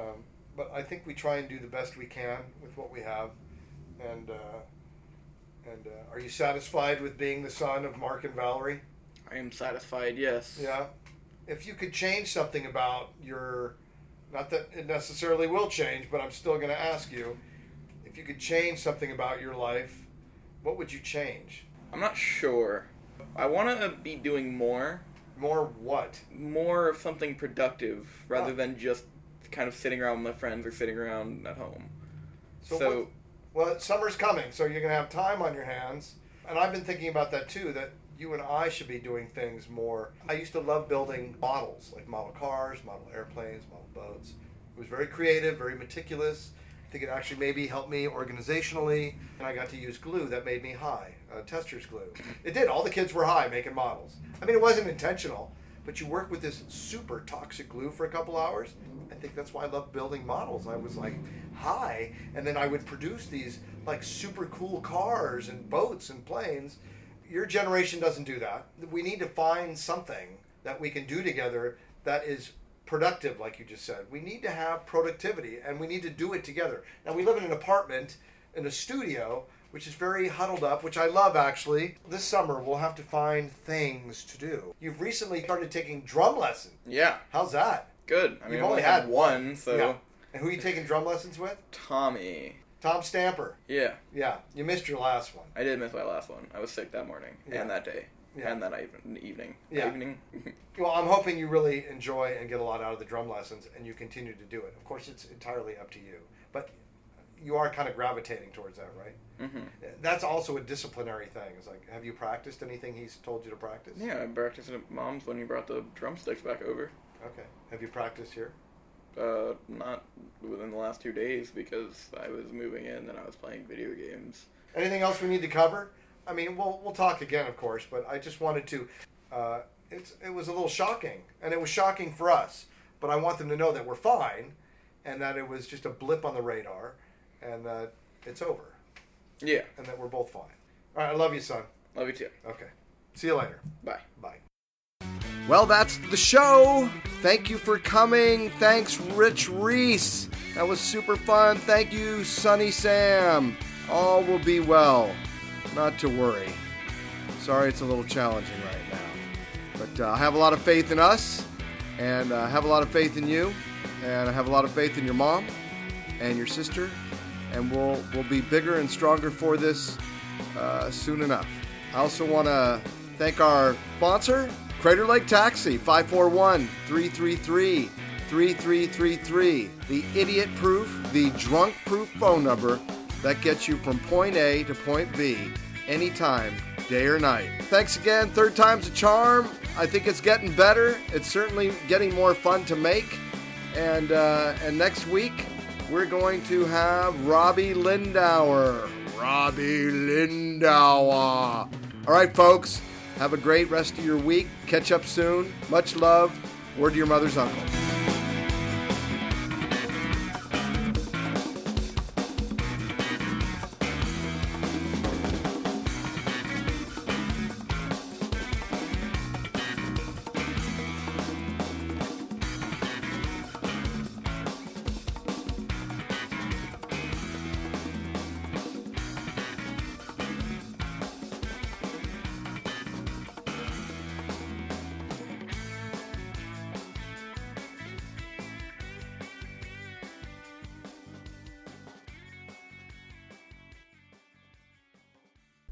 [SPEAKER 1] um, but I think we try and do the best we can with what we have. And uh, and uh, are you satisfied with being the son of Mark and Valerie?
[SPEAKER 6] I am satisfied. Yes.
[SPEAKER 1] Yeah. If you could change something about your, not that it necessarily will change, but I'm still going to ask you, if you could change something about your life, what would you change?
[SPEAKER 6] I'm not sure. I want to be doing more,
[SPEAKER 1] More what?
[SPEAKER 6] more of something productive rather
[SPEAKER 1] Huh.
[SPEAKER 6] than just kind of sitting around with my friends or sitting around at home.
[SPEAKER 1] So
[SPEAKER 6] So,
[SPEAKER 1] what- Well, summer's coming, so you're going to have time on your hands. And I've been thinking about that too, that you and I should be doing things more. I used to love building models, like model cars, model airplanes, model boats. It was very creative, very meticulous. I think it actually maybe helped me organizationally. And I got to use glue that made me high, uh, tester's glue. It did. All the kids were high making models. I mean, it wasn't intentional, but you work with this super toxic glue for a couple hours. I think that's why I love building models. I was like high, and then I would produce these like super cool cars and boats and planes. Your generation doesn't do that. We need to find something that we can do together that is productive, like you just said. We need to have productivity, and we need to do it together. Now we live in an apartment in a studio which is very huddled up, which I love actually. This summer we'll have to find things to do. You've recently started taking drum lessons.
[SPEAKER 6] yeah,
[SPEAKER 1] How's that?
[SPEAKER 6] good. I
[SPEAKER 1] You've
[SPEAKER 6] mean, I've
[SPEAKER 1] only
[SPEAKER 6] only had,
[SPEAKER 1] had
[SPEAKER 6] one, so
[SPEAKER 1] Yeah. And who are you taking drum lessons with?
[SPEAKER 6] Tommy.
[SPEAKER 1] Tom Stamper.
[SPEAKER 6] Yeah,
[SPEAKER 1] Yeah, you missed your last one.
[SPEAKER 6] I did miss my last one. I was sick that morning
[SPEAKER 1] Yeah.
[SPEAKER 6] and that day
[SPEAKER 1] Yeah.
[SPEAKER 6] and that even, evening.
[SPEAKER 1] Yeah.
[SPEAKER 6] Evening.
[SPEAKER 1] Well, I'm hoping you really enjoy and get a lot out of the drum lessons and you continue to do it. Of course, it's entirely up to you, but you are kind of gravitating towards that, right?
[SPEAKER 6] hmm
[SPEAKER 1] That's also a disciplinary thing. It's like, have you practiced anything he's told you to practice?
[SPEAKER 6] Yeah, I practiced at mom's when you brought the drumsticks back over.
[SPEAKER 1] Okay. Have you practiced here?
[SPEAKER 6] Uh, not within the last two days because I was moving in and I was playing video games.
[SPEAKER 1] Anything else we need to cover? I mean, we'll we'll talk again, of course, but I just wanted to. Uh, it's it was a little shocking, and it was shocking for us. But I want them to know that we're fine, and that it was just a blip on the radar, and that it's over,
[SPEAKER 6] Yeah,
[SPEAKER 1] and that we're both fine. All right, I love you, son.
[SPEAKER 6] love you too.
[SPEAKER 1] Okay, see you later.
[SPEAKER 6] Bye.
[SPEAKER 1] Bye.
[SPEAKER 7] Well, that's the show. Thank you for coming. Thanks, Rich Reese. That was super fun. Thank you, Sunny Sam. All will be well. Not to worry. Sorry, it's a little challenging right now. But uh, I have a lot of faith in us, and uh, I have a lot of faith in you, and I have a lot of faith in your mom and your sister, and we'll we'll be bigger and stronger for this uh, soon enough. I also want to thank our sponsor, Crater Lake Taxi, 541 333 3333. The idiot proof, the drunk proof phone number that gets you from point A to point B anytime, day or night. Thanks again. Third time's a charm. I think it's getting better. It's certainly getting more fun to make. And, uh, and next week, we're going to have Robbie Lindauer. Robbie Lindauer. All right, folks, have a great rest of your week. Catch up soon. Much love. Word to your mother's uncle.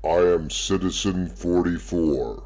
[SPEAKER 2] I am Citizen 44.